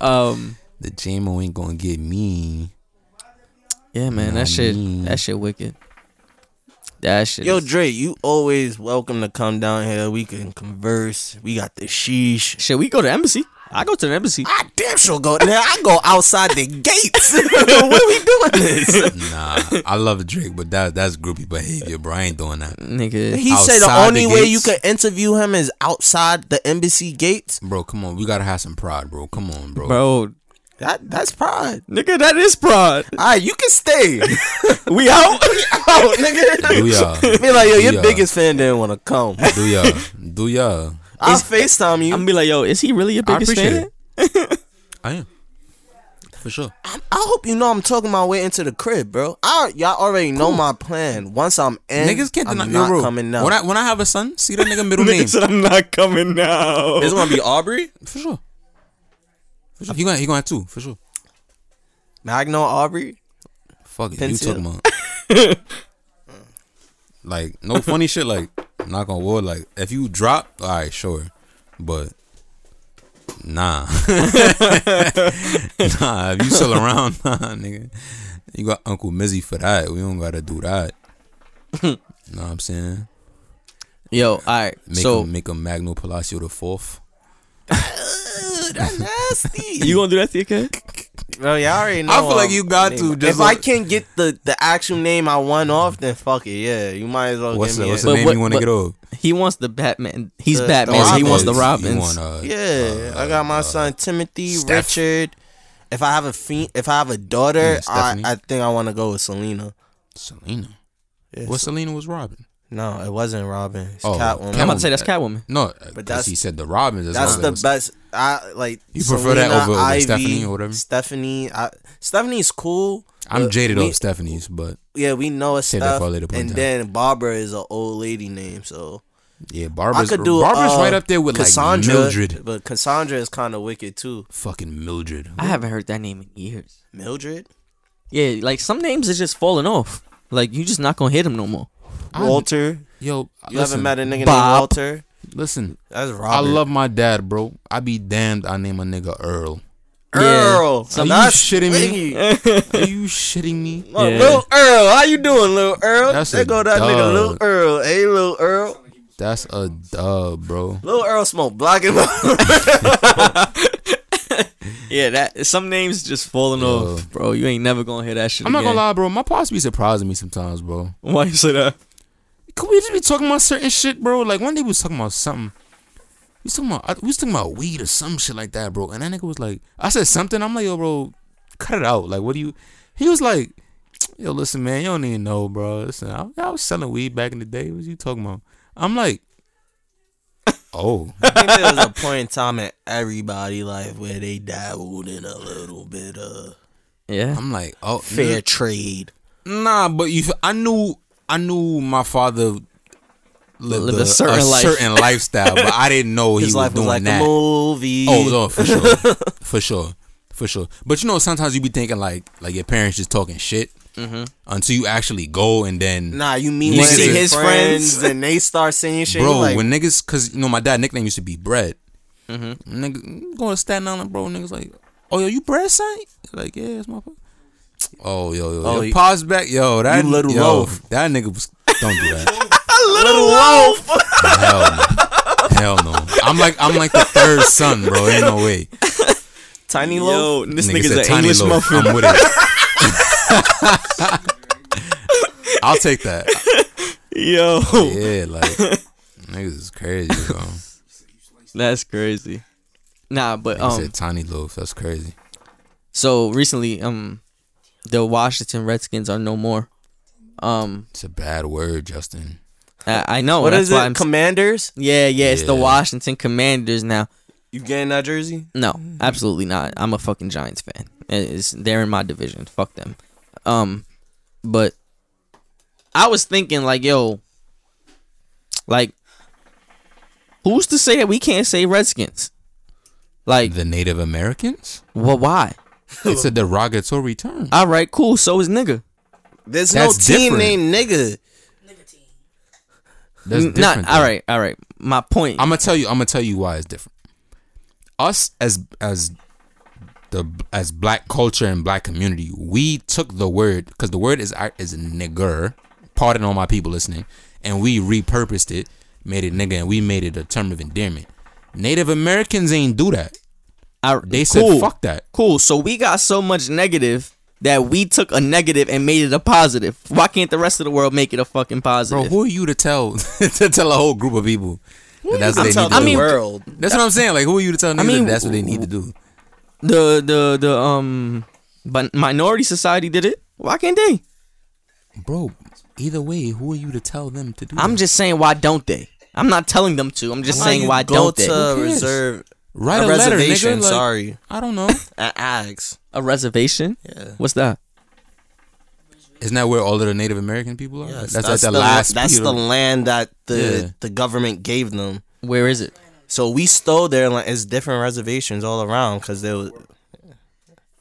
B: Um,
C: the JMO ain't gonna get me.
B: yeah, man,
C: Nah,
B: that shit,
C: me.
B: that shit wicked. That shit.
D: Yo,
B: is-
D: Dre, you always welcome to come down here. We can converse. We got the sheesh.
B: shit, we go to the embassy. I go to the embassy.
D: I damn sure go there. I go outside the gates. what we doing this?
C: Nah, I love Drake, but that that's groupie behavior, bro. I ain't doing that,
B: Nigga,
D: He said the
C: Outside
D: only
C: the
D: way you
C: gates?
D: could interview him is outside the embassy gates.
C: bro. Come on, we gotta have some pride, bro. Come on, bro.
B: bro,
D: That that's pride.
B: nigga, that is pride.
D: All right, you can stay.
B: We out.
D: oh, nigga.
C: Do y'all?
D: Be like, yo, your
C: Yeah.
D: biggest fan didn't want to come.
C: Do y'all? Do y'all?
D: I'll FaceTime you.
B: I'm be like, yo, is he really your
C: I
B: biggest
C: appreciate
B: fan?
C: it. I am for sure.
D: I hope you know I'm talking my way into the crib, bro. I y'all already know my plan. Once I'm in,
C: Niggas can't
D: I'm
C: deny
D: not
C: yo, bro,
D: coming out.
C: When I when I have a son, see that nigga middle name
B: said, I'm not coming now.
D: it's gonna be Aubrey,
C: for sure. For sure. He gonna he gonna have two for sure.
D: Magno Aubrey.
C: Fuck it, you
D: Pencil.
C: talking about? like no funny shit. Like knock on wood. Like if you drop, all right, sure, but nah, nah. If you still around, nah, nigga, you got Uncle Mizzy for that. We don't gotta do that. know what I'm saying?
B: Yo, all right.
C: Make
B: so
C: him make him Magno Palacio the fourth.
D: That's nasty.
B: you gonna do that to your kid?
D: bro, y'all already know.
C: I feel like
D: I'm-
C: you got to just
D: if
C: like-
D: I can't get the the actual name I want off, then fuck it. Yeah, you might as well
C: What's
D: give
C: the,
D: me.
C: what's
D: a-
C: the
B: But
C: name
B: what-
C: you want to
B: but-
C: get over?
B: He wants the Batman. He's
D: The- the
B: Batman. so he wants the
C: Robins.
B: Robins.
C: You want, uh,
D: yeah, I got my son Timothy
C: Steph.
D: Richard. If I have a fe- if I have a daughter,
C: Yeah,
D: I,
C: Stephanie.
D: I think I want to go with Selena.
C: Selena.
D: Yeah,
C: What Selena was robbing?
D: No, it wasn't Robin. It's
C: Oh,
D: Catwoman.
B: I'm
C: Catwoman.
B: about to say that's Catwoman.
C: No,
D: But
C: because
D: that's-
C: he said the Robins.
D: That's
C: why I
D: the
C: was-
D: best. I like.
C: You prefer that over- over Stephanie or whatever?
D: Stephanie, I, Stephanie's cool.
C: I'm
D: but
C: jaded
D: we-
C: off Stephanie's, but
D: Yeah, we know it's
C: Save that
D: stuff.
C: for a later point
D: and
C: in
D: then Barbara is an old lady name, so
C: yeah, Barbara's,
D: I could do.
C: Barbara's
D: uh,
C: right up there with
D: Cassandra,
C: like Mildred.
D: but Cassandra is kind of wicked too.
C: Fucking Mildred.
B: I haven't heard that name in years.
D: Mildred,
B: Yeah, like some names are just falling off. Like you just not gonna hit him no more.
D: Walter.
C: Yo,
D: You
C: listen,
D: haven't met a nigga named
B: Bob.
D: Walter.
C: listen.
D: That's Robert.
C: I love my dad, bro. I be damned. I name a nigga Earl.
D: Earl.
B: Yeah. Some-
C: Are you
D: That's
C: shitting me?
D: wicked.
C: Are you shitting me?
D: Look,
B: Yeah.
D: Little Earl, how you doing, little Earl?
C: That's
D: there
C: a
D: go that nigga,
C: dog.
D: little Earl. Hey, little Earl.
C: That's a dub, bro.
D: Little Earl smoke block him up.
B: Yeah, that some names just falling
C: off,
B: off, bro. You ain't never gonna hear that shit.
C: I'm not gonna lie, bro. My pops be surprising me sometimes, bro.
B: Why you say that?
C: Could we just be talking about certain shit, bro? Like one day we was talking about something. We was talking about we was talking about weed or some shit like that, bro. And that nigga was like, I said something. I'm like, yo, bro, cut it out. Like, what do you? He was like, yo, listen, man, you don't even know, bro. Listen, I, I was selling weed back in the day. What you talking about? I'm like, oh,
D: I think there was a point in time in everybody's life where they dabbled in a little bit of
B: Yeah.
C: I'm like, oh,
D: fair trade.
C: Nah, but you, I knew, I knew my father lived,
B: Lived
C: a, a certain,
B: life.
C: lifestyle, but I didn't know he
D: His
C: was
D: life was
C: doing
D: like
C: that.
D: a movie.
C: Oh no, for sure, for sure, for sure. But you know, sometimes you be thinking like like your parents just talking shit until you actually go and then.
D: Mm-hmm. Nah, you mean
C: You
D: when
C: see
D: see his
C: his
D: friends and they start saying shit.
C: Bro,
D: you like,
C: when niggas, cause you know my dad nickname used to be Bread.
D: Mm-hmm.
C: Nigga, going to Staten Island, bro. Niggas like, oh yo, you Bread son? Like yeah, it's my. Oh yo yo,
D: Oh,
C: yo
D: you-
C: pause back, yo that
D: you little
C: yo,
D: loaf.
C: That nigga was don't do that.
D: little loaf.
C: Hell no, hell no. I'm like I'm like the third son, bro. Ain't no way.
D: Tiny loaf.
B: this
C: Nigga said tiny loaf. I'm with it. I'll take that.
B: Yo,
C: Yeah, like niggas is crazy, bro. Nigga
B: that's crazy. Nah, but um,
C: said tiny loaf. That's crazy.
B: so recently um, the Washington Redskins are no more. Um,
C: It's a bad word, Justin.
B: I, I know.
D: What
B: that's
D: is
B: why
D: it?
B: I'm,
D: Commanders?
B: yeah, yeah, it's the
C: Yeah.
B: Washington Commanders now.
D: You getting that jersey?
B: No, absolutely not. I'm a fucking Giants fan. It is they're in my division. Fuck them. Um, but I was thinking like, yo, like, who's to say that we can't say Redskins? Like,
C: The Native Americans?
B: well, why?
C: It's a derogatory term.
B: All right, cool. So is nigga.
D: There's
C: That's
D: no team
C: different.
D: named nigga.
C: That's
B: N-
C: different.
B: Not
C: though.
B: all right, all right. My point.
C: I'm gonna tell you. I'm gonna tell you why it's different. Us as as the as black culture and black community, we took the word because the word is is nigger. Pardon all my people listening, and we repurposed it, made it nigga, and we made it a term of endearment. Native Americans ain't do that.
B: I-
C: They
B: cool.
C: said fuck that.
B: Cool. So we got so much negative that we took a negative and made it a positive. Why can't the rest of the world make it a fucking
C: Bro,
B: positive?
C: who are you to tell to tell a whole group of people that that's what
D: I'm
C: they need
D: telling
C: to
D: the
B: I mean-
C: do?
D: world.
C: That's what I'm saying. Like, who are you to tell niggas
B: mean,
C: that that's what they need to do?
B: the the the um but minority society did it. Why can't they?
C: Bro, either way, who are you to tell them to do?
B: I'm
C: that?
B: just saying why don't they? I'm not telling them to. I'm just
D: How
B: saying
D: you
B: why
D: go
B: don't they?
D: to
C: Who cares?
D: reserve
C: Write a,
D: a
C: letter,
D: reservation,
C: nigga. Like,
D: sorry.
C: I don't know.
D: at Axe?
B: A reservation?
D: Yeah.
B: What's that?
C: Isn't that where all of the Native American people are?
D: Yes,
C: that's, at the,
D: the,
C: last.
D: That's
C: Peter-
D: the land that the
C: Yeah.
D: the government gave them.
B: Where is it?
D: So we stole their land. It's different reservations all around because they was.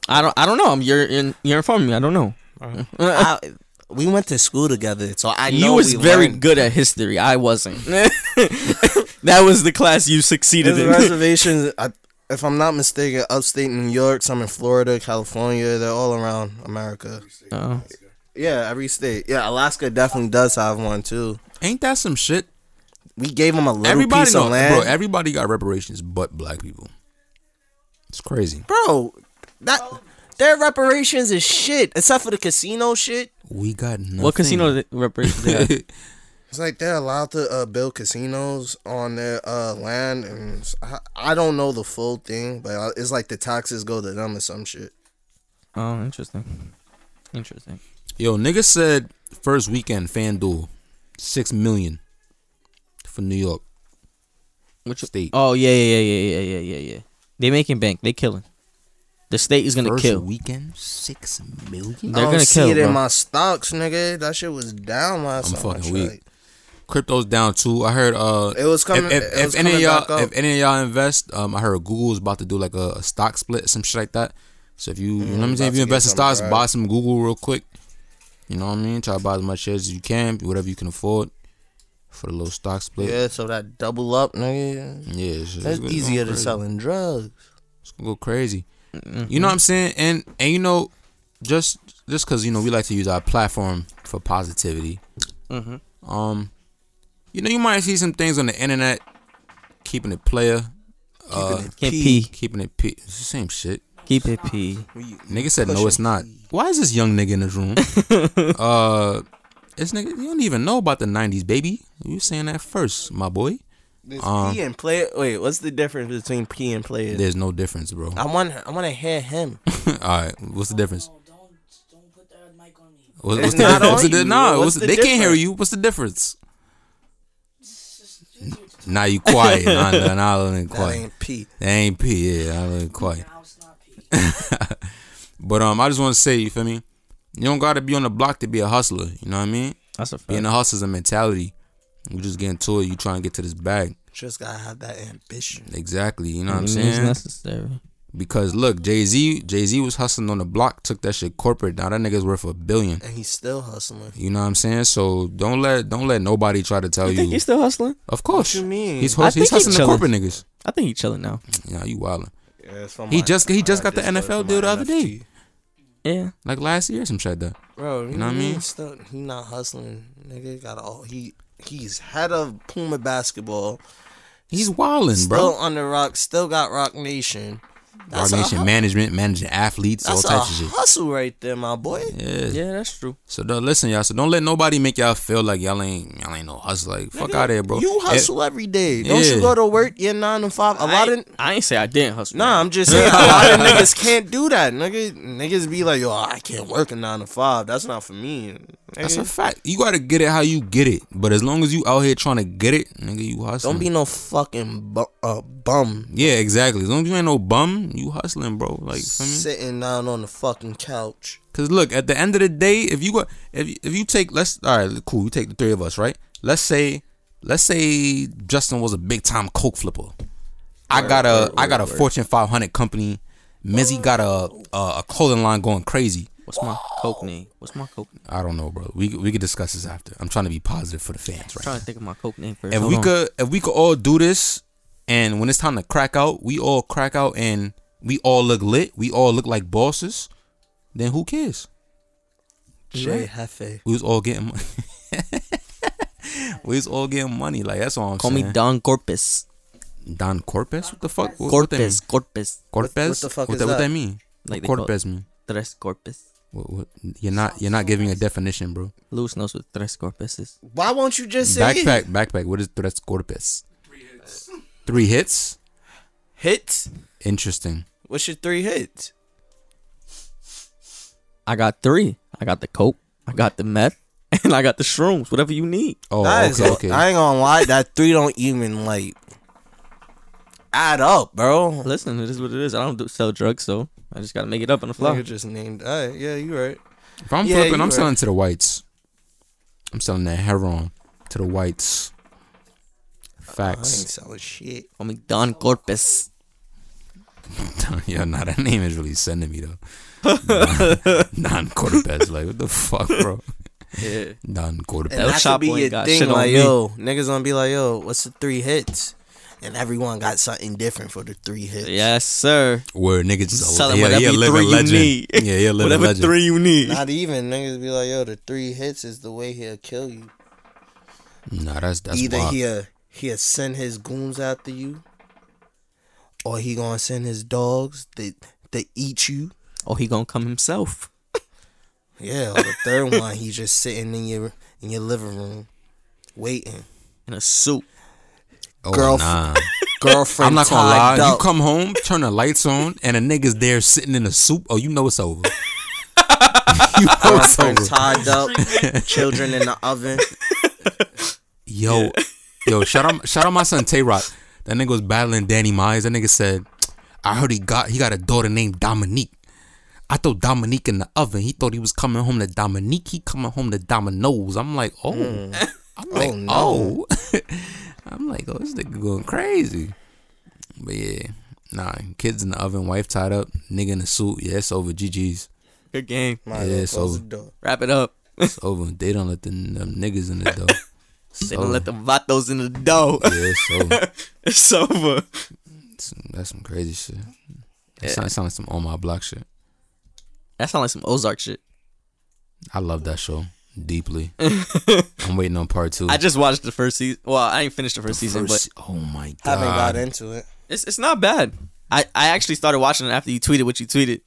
B: I don't I don't know. I'm you're in, you're informing me. I don't know.
D: I, we went to school together, so I know
B: you was
D: we
B: very
D: learned.
B: good at history. I wasn't. that was the class you succeeded
D: There's
B: in.
D: reservations. I, if I'm not mistaken, upstate New York, some in Florida, California. They're all around America.
B: Oh.
D: Yeah, every state. Yeah, Alaska definitely does have one too.
C: Ain't that some shit?
D: We gave them a little
C: Everybody
D: piece of
C: know,
D: land,
C: bro. Everybody got reparations, but black people. It's crazy.
D: bro. That their reparations is shit, except for the casino shit.
C: We got nothing.
B: What casino did- reparations they had?
E: It's like they're allowed to uh, build casinos on their uh, land, and s- I, I don't know the full thing, but uh, it's like the taxes go to them or some shit.
B: Oh, interesting. Interesting.
C: Yo, nigga said first weekend FanDuel, six million for New York.
B: Which
C: state?
B: Oh yeah, yeah, yeah, yeah, yeah, yeah, yeah. They making bank. They killing. The state is gonna
C: first
B: kill.
C: weekend, six million.
B: They're
E: I don't
B: gonna
E: see
B: kill,
E: it
B: bro.
E: in my stocks, nigga. That shit was down last
C: I'm
E: time.
C: fucking
E: I
C: weak.
E: tried.
C: Crypto's down too. I heard uh
E: It was coming-
C: If, if,
E: it
C: if
E: was
C: any of
E: coming
C: y'all,
E: back up.
C: if any of y'all invest, um, I heard Google's about to do like a, a stock split, some shit like that. So if you, you know what I'm saying, if
E: Mm, about to
C: you
E: get
C: invest in
E: something,
C: stocks,
E: right.
C: buy some Google real quick. You know what I mean? Try to buy as much shares as you can, whatever you can afford for the little stock split. Yeah,
D: Yeah, so that double up, nigga.
C: it's, it's
D: That's
C: gonna go
D: easier than
C: crazy.
D: selling drugs.
C: It's gonna go crazy. You know what I'm saying? And and you know, just just because you know we like to use our platform for positivity. Um, you know, you might see some things on the internet, keeping it player,
B: Can't pee.
C: keeping it p. It's the same shit.
B: Keep it pee.
C: Nigga said no, it's not. Why is this young nigga in this room? uh, this nigga, you don't even know about the '90s, baby. You were saying that first, my boy.
D: This P and player. Wait, what's the difference between P and player?
C: There's no difference, bro.
D: I want. I want to hear him.
C: All right, what's the difference?
F: Oh, don't don't put the mic on me.
C: What-
D: It's
C: what's the
D: not
C: difference?
D: on
C: What's the,
D: you.
C: nah,
D: What's
C: what's
D: the
C: they can't hear
D: difference?
C: you. What's the difference?
F: It's just easier to
C: Nah, you quiet. nah, nah, nah, I ain't
D: that
C: quiet.
D: ain't P.
C: That ain't P. Yeah, I ain't quiet.
F: now it's not P.
C: But um, I just want to say, you feel me? You don't gotta be on the block to be a hustler. You know what I mean?
B: That's a
C: Being
B: fact.
C: a hustler's a mentality. You just getting to it. You trying to get to this bag.
D: Just gotta have that ambition.
C: Exactly. You know what I'm
B: It's
C: saying?
B: necessary.
C: Because look, Jay Z, Jay Z was hustling on the block, took that shit corporate. Now that nigga's worth a billion.
D: And he's still hustling.
C: You know what I'm saying? So don't let don't let nobody try to tell
B: You think
C: you.
B: he's still hustling?
C: Of course,
D: What you mean?
C: he's
B: I
C: hus- he's
B: think he
C: hustling the
B: chilling.
C: corporate niggas.
B: I think he's chilling now.
C: Yeah, you wildin'.
D: Yeah, it's from
C: He
D: my-
C: just he
D: I
C: just got the
D: this letter
C: NFL
D: from
C: deal
D: my
C: the other
D: NFT.
C: day,
B: Yeah.
C: like last year, or some shit like that.
D: Bro, you
C: know what I mean?
D: Still, he not hustling. Nigga got all he he's head of Puma basketball.
C: He's wildin',
D: Still
C: bro.
D: on the rock, still got Rock Nation. That's
C: Rock Nation
D: a, hu-
C: management, managing athletes, all
D: That's a
C: types of shit.
D: hustle right there, my boy.
C: Yeah.
B: Yeah, that's true.
C: So don't, listen, y'all. So don't let nobody make y'all feel like y'all ain't y'all ain't no hustle. Like fuck out of here, bro.
D: You
C: If-
D: hustle every day. Don't
C: Yeah.
D: you go to work? You're nine to five. A lot
B: I,
D: of
B: ain't- I ain't say I didn't hustle.
D: Nah, I'm just saying a lot of niggas can't do that. Nigga, niggas be like, yo, I can't work a nine to five. That's not for me.
C: That's
D: Nigga,
C: a fact. You gotta get it how you get it. But as long as you out here trying to get it, nigga, you hustling.
D: don't be no fucking bu- uh, bum
C: Yeah, exactly. As long as you ain't no bum, you hustling, bro. Like, you feel me?
D: sitting down on the fucking couch.
C: Cause look, at the end of the day, if you go, if you- if you take, let's all right, cool. You take the three of us, right? Let's say, let's say Justin was a big time coke flipper. I got a I got a Fortune 500 company Mizzy got a, a a clothing line going crazy.
B: What's my coke name? What's my coke? I'm
C: I don't know, bro. We could- we could discuss this after. I'm trying to be positive for the fans, right?
B: trying to think of my coke name first.
C: if
B: Hold
C: we
B: on.
C: could if we could all do this and when it's time to crack out we all crack out and we all look lit we all look like bosses then who cares
E: Jay Hefe.
C: we was all getting money we was all getting money like that's all i'm
B: call
C: saying
B: me Don Corpus.
C: don corpus what the fuck what, what that mean?
B: Corpus, Corpus,
E: what
C: corpes
E: the fuck
C: what
E: is
C: that, what
E: that?
C: that mean
B: Like
C: like
B: they call-
C: corpes mean
B: tres corpus.
C: what, what, you're not you're not giving a definition bro
B: Lewis knows what tres corpus is.
E: Why won't you just say it?
C: backpack backpack what is tres corpes three hits
D: Hits?
C: interesting
D: What's your three hits?
B: I got three. I got the coke. I got the meth, and I got the shrooms. Whatever you need.
C: oh
D: That is
C: okay
D: a-
C: okay
D: I ain't gonna lie, that three don't even like add up, bro.
B: Listen, it is what it is. I don't do, sell drugs, so I just gotta make it up on the fly.
E: Nigga just named. All right, yeah, you right.
C: If I'm
D: Yeah,
C: flipping,
D: you
C: I'm
D: right.
C: selling to the whites. I'm selling that heroin to the whites. Facts.
E: selling shit.
B: Call me Don Corpus.
C: Yo, nah, that name is really sending me though. Non Cortez, like what the fuck, bro?
B: Yeah.
C: Non
B: El
C: Cortez.
D: that should be
B: Chapo ain't
D: your
B: got
D: thing.
B: shit on
D: Like,
B: me.
D: yo, niggas gonna be like, yo, what's the three hits? And everyone got something different for the three hits.
B: Yes, sir.
C: Where niggas is
B: Selling
C: Oh, yeah,
B: whatever
C: yeah,
B: you
C: living
B: three you
C: legend.
B: need.
C: Yeah, yeah, living
B: Whatever
C: legend.
B: three you need.
E: Not even niggas be like, yo, the three hits is the way he'll kill you.
C: Nah, that's that's
E: Either
C: wild.
E: he'll he'll send his goons after you, or he gonna send his dogs that that eat you.
B: Oh, he gonna come himself.
E: Yeah, or the third one, he just sitting in your in your living room, waiting.
B: In a suit.
C: Oh,
E: girlf-
C: nah.
E: Girlfriend,
C: I'm not gonna
E: tied
C: lie. You
E: up.
C: come home, turn the lights on, and a nigga's there sitting in a soup. Oh, you know it's over. you know it's
E: Girlfriend
C: over.
E: tied up, children in the oven.
C: Yo, yo, shout out, shout out my son Tay Rock. That nigga was battling Danny Myers. That nigga said, "I heard he got he got a daughter named Dominique. I threw Dominique in the oven. He thought he was coming home to Dominique. He coming home to Dominoes. I'm like, oh,
B: Hmm.
C: I'm like, oh,
E: no.
C: I'm like, oh, this nigga going crazy. But yeah, nah, kids in the oven, wife tied up, nigga in a suit. Yeah, it's over. GG's,
B: Good game.
E: My
C: Yeah,
E: yeah,
C: it's
E: close
C: over.
E: the door.
B: Wrap it up.
C: it's over. They don't let the them niggas in the door.
B: They
C: Oh.
B: don't let the vatos in the dough.
C: Yeah, it's over.
B: it's over.
C: Some- that's some crazy shit. That sounds sound like some on my block shit.
B: That sounds like some Ozark shit.
C: I love that show deeply. I'm waiting on part two.
B: I just watched the first season. Well, I ain't finished the first season, but
C: First- oh my god!
E: Haven't got into it.
B: it's it's not bad. I, I actually started watching it after you tweeted what you tweeted.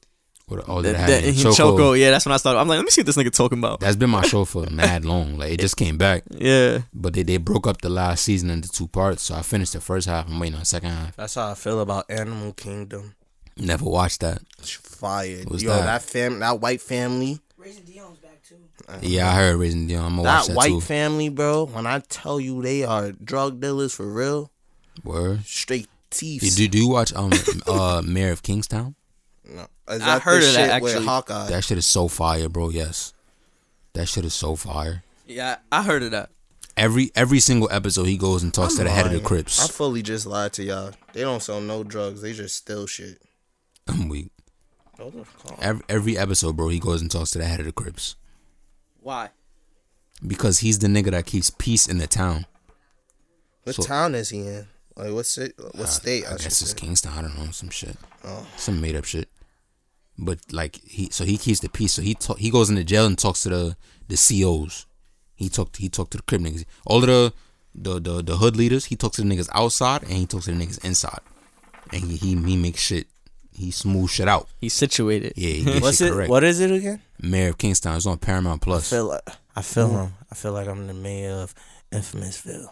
C: What, oh,
B: That,
C: that,
B: that-
C: had me.
B: him
C: Choco.
B: Choco. yeah, that's when I started. I'm like, let me see what this nigga talking about.
C: That's been my show for mad long. Like it just came back,
B: yeah,
C: but they, they broke up the last season into two parts. So I finished the first half. I'm waiting on the second half.
E: That's how I feel about Animal Kingdom.
C: Never watched that.
E: It's fire.
C: What's
E: Yo,
C: that?
E: that, fam, that white family,
F: Raising Dion's back too.
C: Yeah, I heard Raising Dion. I'm gonna watch
E: that
C: that
E: white
C: too.
E: family, bro. When I tell you they are drug dealers for real,
C: Word.
E: straight
C: You
E: thieves.
C: do do you watch um uh Mayor of Kingstown?
E: No. Is
B: I
E: that
B: heard
E: the
B: of that,
E: shit with
B: actually.
E: Hawkeye?
C: That shit is so fire, bro. Yes, that shit is so fire.
B: yeah, I heard of that.
C: Every every single episode, he goes and talks to the head of the
E: lying. I
C: Crips.
E: fully just lied to y'all. They don't sell no drugs. They just steal shit.
C: I'm weak.
E: Those are calm.
C: Every, every episode, bro, he goes and talks to the head of the Crips
B: Why?
C: because he's the nigga that keeps peace in the town.
E: What
C: So- Uh,
E: town is he in? Like what city? What state?
C: I,
E: I, should
C: guess it's
E: say.
C: Kingston. I don't know some shit,
E: Oh.
C: some made up shit. But like he, so he keeps the peace. So he talk, he goes into jail and talks to the the COs. He talked he talked to the crib niggas. All of the the the, the hood leaders. He talks to the niggas outside and he talks to the niggas inside. And he he, he makes shit. He smooth shit out.
B: He's situated.
C: Yeah, he gets
D: What's
C: shit
D: it?
C: correct.
D: What is it again?
C: Mayor of Kingstown. It's on Paramount Plus.
D: feel like I feel him. I feel like I'm the mayor of Infamousville.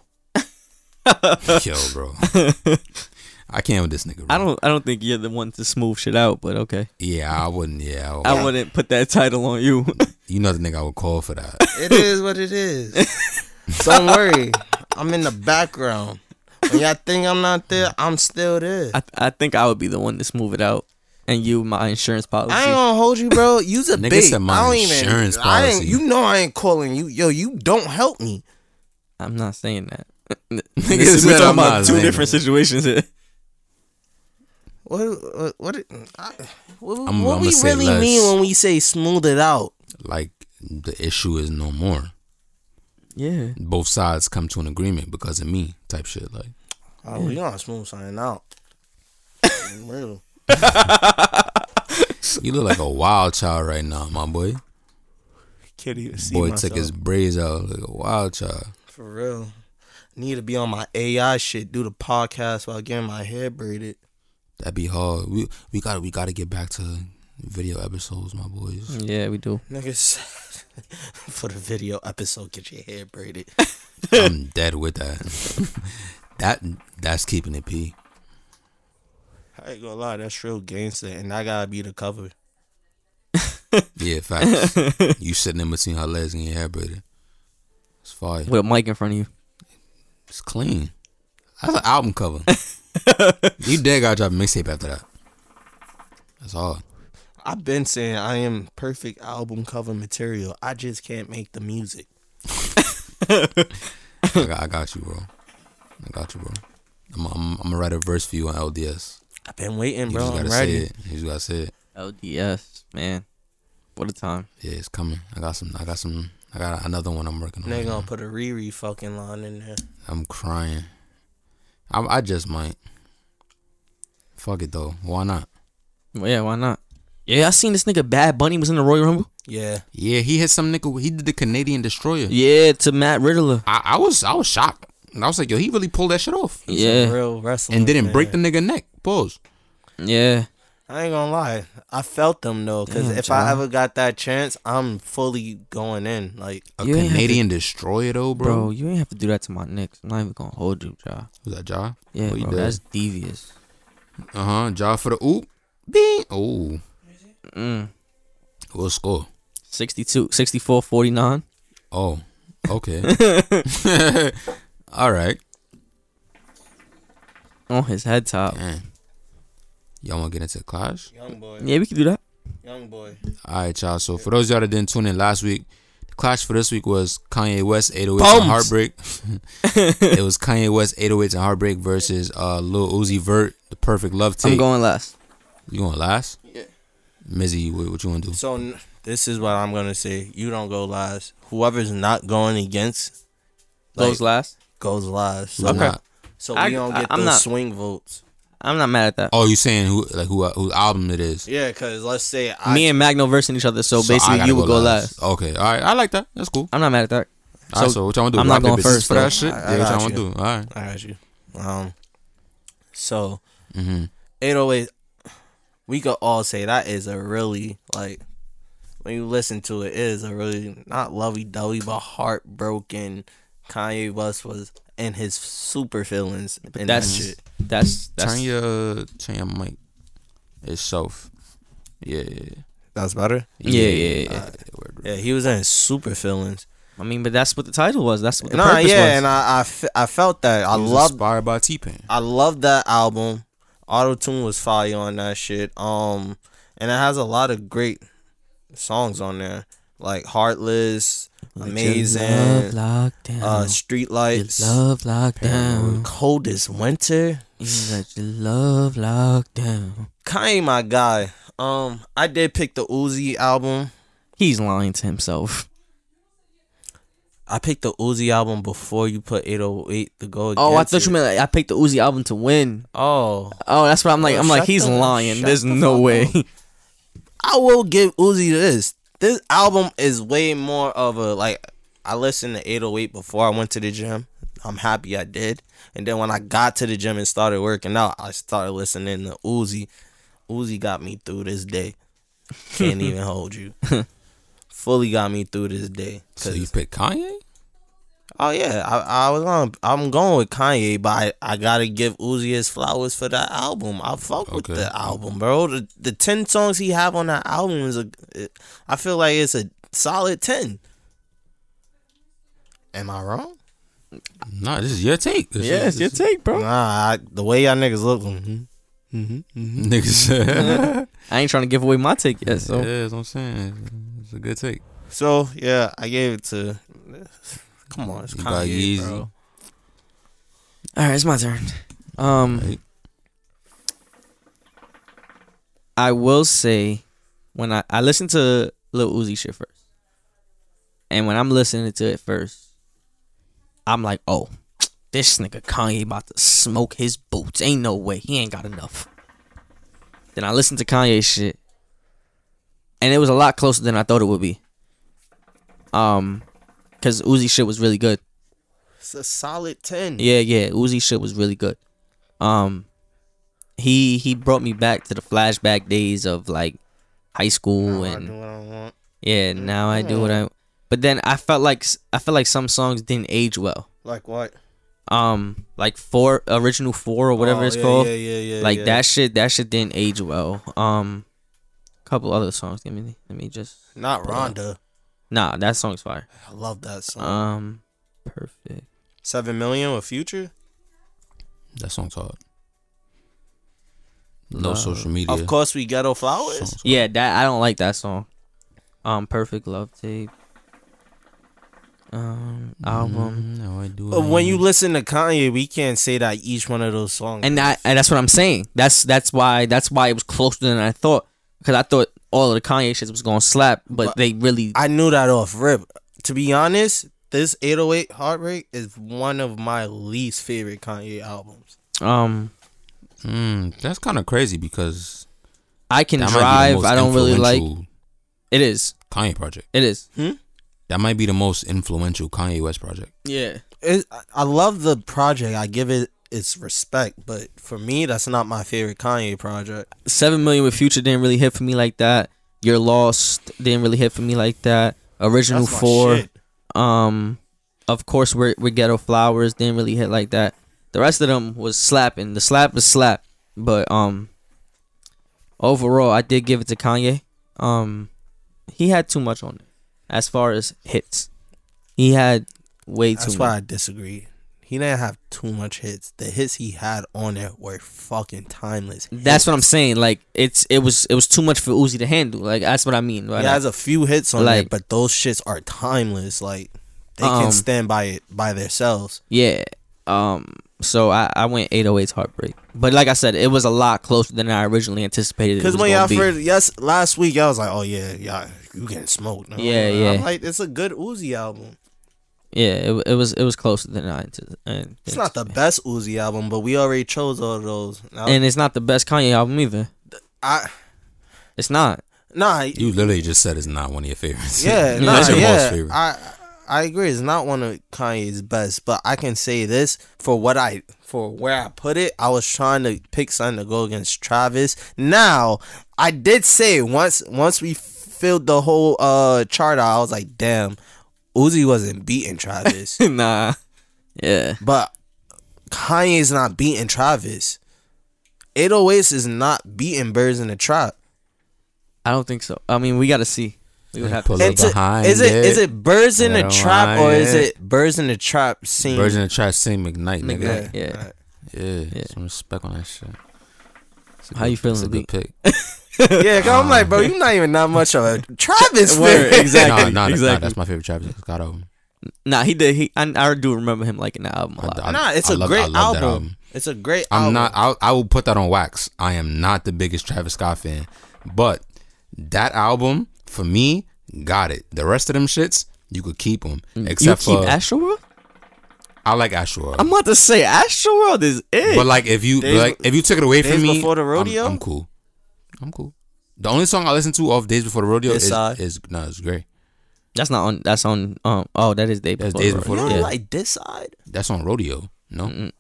C: Yo, bro. I can't with this nigga. Bro.
B: I don't I don't think you're the one to smooth shit out, but okay.
C: Yeah, I wouldn't. Yeah, I, would.
B: I wouldn't put that title on you.
C: You know the nigga I would call for that.
E: It is what it is. don't worry. I'm in the background. When y'all think I'm not there, I'm still there.
B: I I think I would be the one to smooth it out, and you my insurance policy.
E: I ain't gonna hold you, bro. You's a
C: Nigga
E: big.
C: said
E: I
C: my
E: don't even.
C: insurance
E: I ain't.
C: policy.
E: You know I ain't calling you. Yo, you don't help me.
B: I'm not saying that.
C: said
B: we're talking
C: I'm not
B: about two
C: saying
B: different situations here.
D: What? What? What, I, what,
C: I'm-
D: what
C: I'ma
D: we
C: say
D: really
C: less.
D: mean when we say smooth it out?
C: Like the issue is no more.
B: Yeah.
C: Both sides come to an agreement because of me type shit. Like
D: Oh, we gonna smooth something out. Real.
C: you look like a wild child right now, my boy.
D: Can't even see
C: Boy took his braids out like a wild child.
D: For real. Need to be on my AI shit. Do the podcast while getting my hair braided.
C: That'd be hard. We we got we got to get back to video episodes, my boys.
B: Yeah, we do.
D: Nigga said, for the video episode, get your hair braided.
C: I'm dead with that. that that's keeping it p.
D: I ain't gonna lie, that's real gangster, and I gotta be the cover.
C: Yeah, facts. you sitting in between her legs and your hair braided. It's fire.
B: With a mic in front of you.
C: It's clean. That's an album cover. you dead gotta drop a mixtape after that. That's hard.
D: I've been saying I am perfect album cover material. I just can't make the music.
C: I got, I got you, bro. I got you, bro. I'm, I'm, I'm gonna write a verse for you on LDS.
D: I've been waiting,
C: You
D: bro.
C: just
D: I'm
C: gotta
D: ready.
C: say it. You just gotta say it.
B: LDS, man. What a time.
C: Yeah, it's coming. I got some. I got some. I got another one I'm working on.
D: They
C: right
D: gonna
C: now.
D: put a Riri fucking line in there.
C: I'm crying. I, I just might. Fuck it though. Why not?
B: Well, yeah, why not? Yeah, I seen this nigga Bad Bunny was in the Royal Rumble.
D: Yeah.
C: Yeah, he hit some nigga. He did the Canadian Destroyer.
B: Yeah, to Matt Riddler.
C: I, I was I was shocked. I was like, yo, he really pulled that shit off.
B: Yeah,
D: Real wrestling.
C: and didn't break the
D: fan.
C: nigga neck. Pause.
B: yeah.
D: I ain't gonna lie. I felt them though, because
B: Damn,
D: if
B: John.
D: I ever got that chance, I'm fully going in. Like,
C: A
B: You ain't have
C: Canadian Destroyer though,
B: Bro,
C: bro.
B: you ain't have to do that to my Knicks. I'm not even gonna hold you, Ja.
C: Was that Ja?
B: Yeah,
C: Oh, you
B: bro,
C: did.
B: that's devious.
C: Uh huh. Ja for the oop. Bing. Oh,
B: Mm.
C: what score?
B: 62, 64, 49.
C: Oh, okay. All right.
B: On his head top.
C: Man. Y'all want to get into the clash?
D: young boy,
B: Yeah, we could do that.
D: young boy.
C: All right, y'all. So for those of y'all that didn't tune in last week, the clash for this week was Kanye West 808s
D: Bums.
C: and Heartbreak. it was Kanye West 808s and Heartbreak versus uh Lil Uzi Vert, the Perfect Love Tape.
B: I'm going last.
C: you going last? Yeah. Mizzy, what, what you want to do?
D: So n- this is what I'm gonna say. You don't go lies. Whoever's not going against
B: Those
D: like,
B: last.
D: goes lies. So,
C: Why not?
D: so
B: I-
D: we don't
B: I-
D: get
B: I'm
D: those
B: not-
D: swing votes.
B: I'm not mad at that.
C: Oh, you saying who like who whose album it is?
D: Yeah, because let's say I
B: Me and Magno versing each other, so,
C: So I
B: basically
C: gotta
B: you would go last.
C: Okay, all right, I like that. That's cool.
B: I'm not mad at that.
C: all right, so what y'all want to do?
B: I'm not
C: Rock,
B: going
C: paper, scissors
B: first,
C: for
B: though.
C: that shit.
D: I- I
C: yeah, what
D: got
C: y'all want
D: you.
C: to do? All right.
D: I got you. Um, so
C: Mm-hmm.
D: 808, we could all say that is a really like when you listen to it, it is a really not lovey dovey but heartbroken. Kanye West was in his super feelings and that
B: that's-
D: shit.
B: That's that's
C: turn your turn your mic itself. Yeah, yeah,
D: That's better.
B: Yeah, yeah, yeah.
C: Alright, word, word.
D: Yeah, he was in his super feelings.
B: I mean, but that's what the title was. That's what the
D: Nah,
B: purpose
D: yeah,
B: was.
D: and I, I, fe- I felt that. I
C: He was
D: loved
C: inspired by T Pain.
D: I love that album. Auto Tune was fire on that shit. Um, and it has a lot of great songs on there, like Heartless,
B: Love
D: Amazing,
B: locked down.
D: uh,
B: Your
D: Streetlights,
B: love locked down.
D: Coldest Winter.
B: You let your love locked down.
D: Kanye, my guy. Um, I did pick the Uzi album.
B: He's lying to himself.
D: I picked the Uzi album before you put 808 to go.
B: Oh, I
D: against
B: thought you
D: it.
B: meant like, I picked the Uzi album to win.
D: Oh,
B: Oh, that's what I'm like.
D: Oh,
B: I'm like
D: shut
B: he's
D: the-
B: lying.
D: shut
B: There's
D: the
B: no
D: fuck
B: way.
D: up. I will give Uzi this. This album is way more of a like. I listened to 808 before I went to the gym. I'm happy I did. And then when I got to the gym and started working out, I started listening to Uzi. Uzi got me through this day. Can't even hold you. Fully got me through this day.
C: So
D: 'Cause-
C: you pick Kanye?
D: oh yeah, I, I was on. I'm going with Kanye, but I, I gotta give Uzi his flowers for that album. I fuck with
C: Okay.
D: the album, bro. The, the ten songs he have on that album is a. It, I feel like it's a solid ten. Am I wrong?
C: Nah, this is your take. This
B: yeah, it's
C: is,
B: your take, bro.
D: Nah, I, the way y'all niggas look. mhm.
C: niggas.
B: I ain't trying to give away my take yet. So
C: yeah, that's what I'm saying. It's a good take.
D: So yeah, I gave it to. Come on, it's
C: You got
D: Kanye, bro.
C: Yeezy.
B: all right, it's my turn. Um,
C: Right.
B: I will say, when I I listened to Lil Uzi shit first, and when I'm listening to it first, I'm like, oh, this nigga Kanye about to smoke his boots. Ain't no way he ain't got enough. Then I listened to Kanye shit, and it was a lot closer than I thought it would be. Um, cause Uzi shit was really good.
D: It's a solid ten.
B: Yeah, yeah. Uzi shit was really good. Um he he brought me back to the flashback days of like high school
D: Oh, I do
B: and
D: what I want.
B: yeah, now I do what I But then I felt like s- I felt like some songs didn't age well.
D: Like what?
B: Um like four original four or whatever
D: Oh,
B: it's
D: yeah,
B: called.
D: Yeah, yeah, yeah.
B: like
D: yeah.
B: that shit that shit didn't age well. Um couple other songs. Let me let me just
D: Not Rhonda.
B: Nah, that song's fire.
D: I love that song.
B: Um perfect.
D: Seven million with Future.
C: That song's hard. No social media.
D: Of course, we ghetto flowers.
C: Songs.
B: Yeah, that I don't like that song. Um, perfect love tape. Um, album,
C: No, I do.
D: But
C: it.
D: when you listen to Kanye, we can't say that each one of those songs.
B: and I and that's what I'm saying. That's that's why that's why it was closer than I thought because I thought all of the Kanye shits was gonna slap, but,
D: But-
B: they really
D: I knew that off rip. To be honest, this 808 Heartbreak is one of my least favorite Kanye albums.
B: um
C: Mm, that's kind of crazy because
B: I can
C: that might be the
B: drive.
C: most
B: I don't really like
C: influential
B: it. Is
C: Kanye project.
B: it is
C: That might be the most influential Kanye West project.
B: yeah.
D: It, I- I love the project. I give it its respect, but for me, that's not my favorite Kanye project.
B: Seven million with Future didn't really hit for me like that. You're lost didn't really hit for me like that. Original
D: That's my
B: four.
D: shit.
B: Um, of course, we're, we're ghetto flowers didn't really hit like that. The rest of them was slapping. The slap was slap, but um, overall, I did give it to Kanye. Um, he had too much on it as far as hits. He had way too
D: That's why
B: much.
D: I disagree. He didn't have too much hits. The hits he had on there were fucking timeless.
B: That's what I'm saying. Like it's it was it was too much for Uzi to handle. Like that's what I mean. Right?
D: He has a few hits on there,
B: Like-
D: but those shits are timeless. Like they
B: Um,
D: can stand by it by themselves.
B: Yeah. Um. So I I went 808's heartbreak, but like I said, it was a lot closer than I originally anticipated. it
D: Because
B: was
D: when
B: gonna
D: y'all
B: be.
D: first yes last week, I was like, oh yeah, yeah, you getting smoked. now."
B: Yeah,
D: I'm
B: yeah.
D: like it's a good Uzi album.
B: Yeah, it, it was it was closer than I anticipated.
D: It's not the best Uzi album, but we already chose all of those. Now,
B: and it's not the best Kanye album either.
D: I
B: It's not.
D: nah,
C: You literally just said it's not one of your favorites.
D: yeah, nah,
C: that's your
D: yeah.
C: most favorite.
D: I I agree. It's not one of Kanye's best, but I can say this for what I for where I put it. I was trying to pick something to go against Travis. Now I did say once once we filled the whole uh chart out, I was like, damn, Uzi wasn't beating Travis.
B: nah. Yeah.
D: But Kanye's not beating Travis. 808s is not beating Birds in the Trap.
B: I don't think so. I mean, we got to see. We would have to
C: Pull
B: see.
C: up.
D: It's a,
C: behind
D: is it
C: it.
D: is it Birds in the
C: They're
D: Trap or is
C: lying.
D: it Birds in the Trap scene?
C: Virgin of Trash Sing McKnight, nigga.
D: yeah.
B: Yeah.
C: Yeah, some respect on that shit. It's a
B: How you feeling,
C: it's a
B: B?
C: good pick.
D: yeah, 'cause I'm like, bro, you're not even that much of a Travis
B: Word,
D: fan.
B: exactly.
C: Nah, nah, nah,
B: exactly.
C: that's my favorite Travis oh. Scott album.
B: Nah, he did. He I, I do remember him liking that album a lot.
C: I-
D: Nah, it's
C: I
D: a
C: love- I
D: great
C: love that
D: album.
C: album.
D: It's a great
C: I'm
D: album.
C: not. I'll, I will put that on wax. I am not the biggest Travis Scott fan, but that album for me got it. The rest of them shits you could keep them,
B: you
C: except
B: keep
C: for
B: Astro World?
C: I like Ashura.
B: I'm about to say Astro World is it.
C: But like if you
D: Days-
C: like if you took it away
D: Days
C: from me,
D: Before the
C: I'm-
D: Rodeo?
C: I'm, cool. I'm cool. The only song I listen to off Days Before the Rodeo
D: This
C: is,
D: Side.
C: is no, it's Gray.
B: that's not on. That's on. Um. Oh, that is Day
C: That's
B: Before.
C: Days
B: the
C: Before
D: You
B: Rodeo.
D: don't
B: yeah.
D: like this side?
C: That's on Rodeo. No,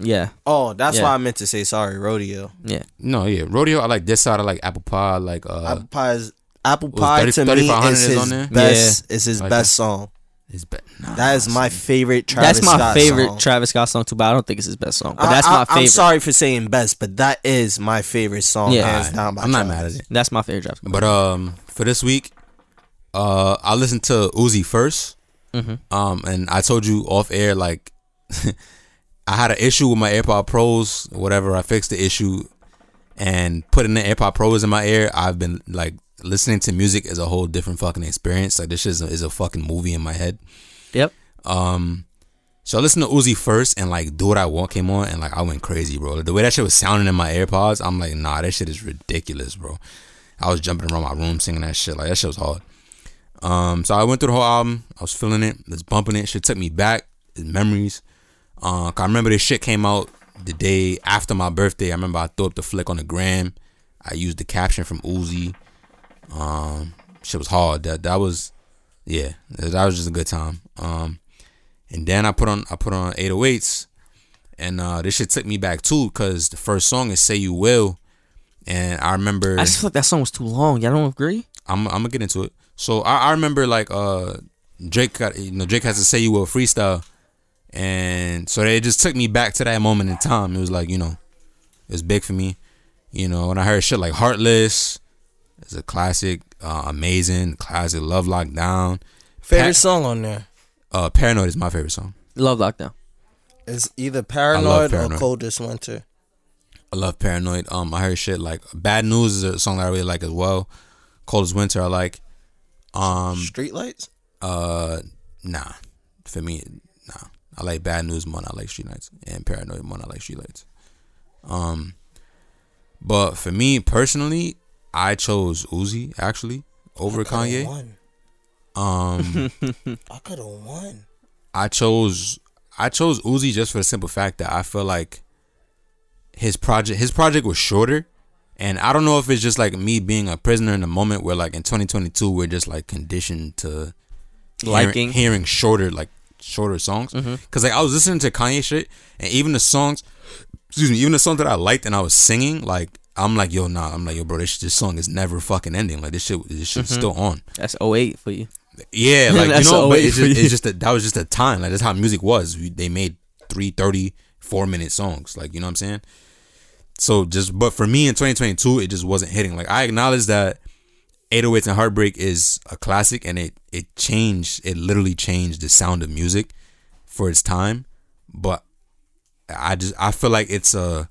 B: yeah.
D: Oh, that's
B: Yeah.
D: why I meant to say sorry, Rodeo.
B: Yeah.
C: no, yeah, Rodeo. I like this side. I like Apple Pie. I like uh,
D: Apple Pie's Apple
C: was
D: Pie
C: 30
D: to me
C: 3500
D: is
C: is
D: his
C: on there?
D: best. Is his
C: Like
D: best song.
C: it's bad. Nah,
D: That is my favorite Travis
B: That's my
D: Scott
B: favorite
D: song.
B: Travis Scott song too, but I don't think it's his best song. But that's
D: I,
B: my favorite.
D: am sorry for saying best, but that is my favorite song.
B: Yeah.
D: hands
C: Alright,
D: down by
C: I'm not
D: Travis.
C: mad at it.
B: That's my favorite Travis. Scott.
C: But um, for this week, uh, I listened to Uzi 1st Um, and I told you off air like I had an issue with my AirPod Pros. Whatever, I fixed the issue and putting the AirPod Pros in my ear. I've been like listening to music is a whole different fucking experience. Like this shit is a, is a fucking movie in my head.
B: Yep.
C: So I listened to Uzi first, and like "Do What I Want" came on, and like I went crazy, bro. The way that shit was sounding in my AirPods, I'm like, nah, that shit is ridiculous, bro. I was jumping around my room singing that shit, like that shit was hard. Um, so I went through the whole album. I was feeling it, was bumping it. Shit took me back, it's memories. Uh, 'cause I remember this shit came out the day after my birthday. I remember I threw up the flick on the gram. I used the caption from Uzi. Um, shit was hard. That that was, yeah, that that was just a good time. Um, and then I put on I put on 808s, and uh, this shit took me back too, cause the first song is "Say You Will," and I remember
B: I just feel like that song was too long. Y'all don't agree?
C: I'm, I'm gonna get into it. So I, I remember like uh Drake got you know Drake has to say you will freestyle, and so it just took me back to that moment in time. It was like you know, it was big for me. You know when I heard shit like Heartless, it's a classic, uh, amazing classic. Love Lockdown,
E: Favorite
C: Pat-
E: song on there
C: uh, Paranoid is my favorite song.
B: Love Lockdown.
E: is either Paranoid or
C: Paranoid.
E: Coldest Winter.
C: I love Paranoid. Um, I heard shit like Bad News is a song that I really like as well. Coldest Winter I like. Um,
E: Streetlights.
C: Uh, nah. For me, nah. I like Bad News more. than I like Street Nights and Paranoid more. than I like Street Lights. Um, but for me personally, I chose Uzi actually over Kanye.
E: Won.
C: Um,
E: I could have won.
C: I chose I chose Uzi just for the simple fact that I feel like his project his project was shorter. And I don't know if it's just like me being a prisoner in the moment where like in 2022 we're just like conditioned to hearing-
B: Liking.
C: hearing shorter like shorter songs because like i was listening to kanye shit and even the songs excuse me even the songs that i liked and i was singing like i'm like yo nah i'm like yo bro this, this song is never fucking ending like this shit this shit's still on
B: That's 08 for you.
C: yeah like you
B: That's
C: know but
B: always
C: it's just,
B: for
C: it's
B: you.
C: just that that was just the time like that's how music was we, they made three thirty four minute songs like you know what i'm saying so just but for me in 2022 it just wasn't hitting like i acknowledge that 808s and Heartbreak is a classic and it it changed it literally changed the sound of music for its time but I just I feel like it's a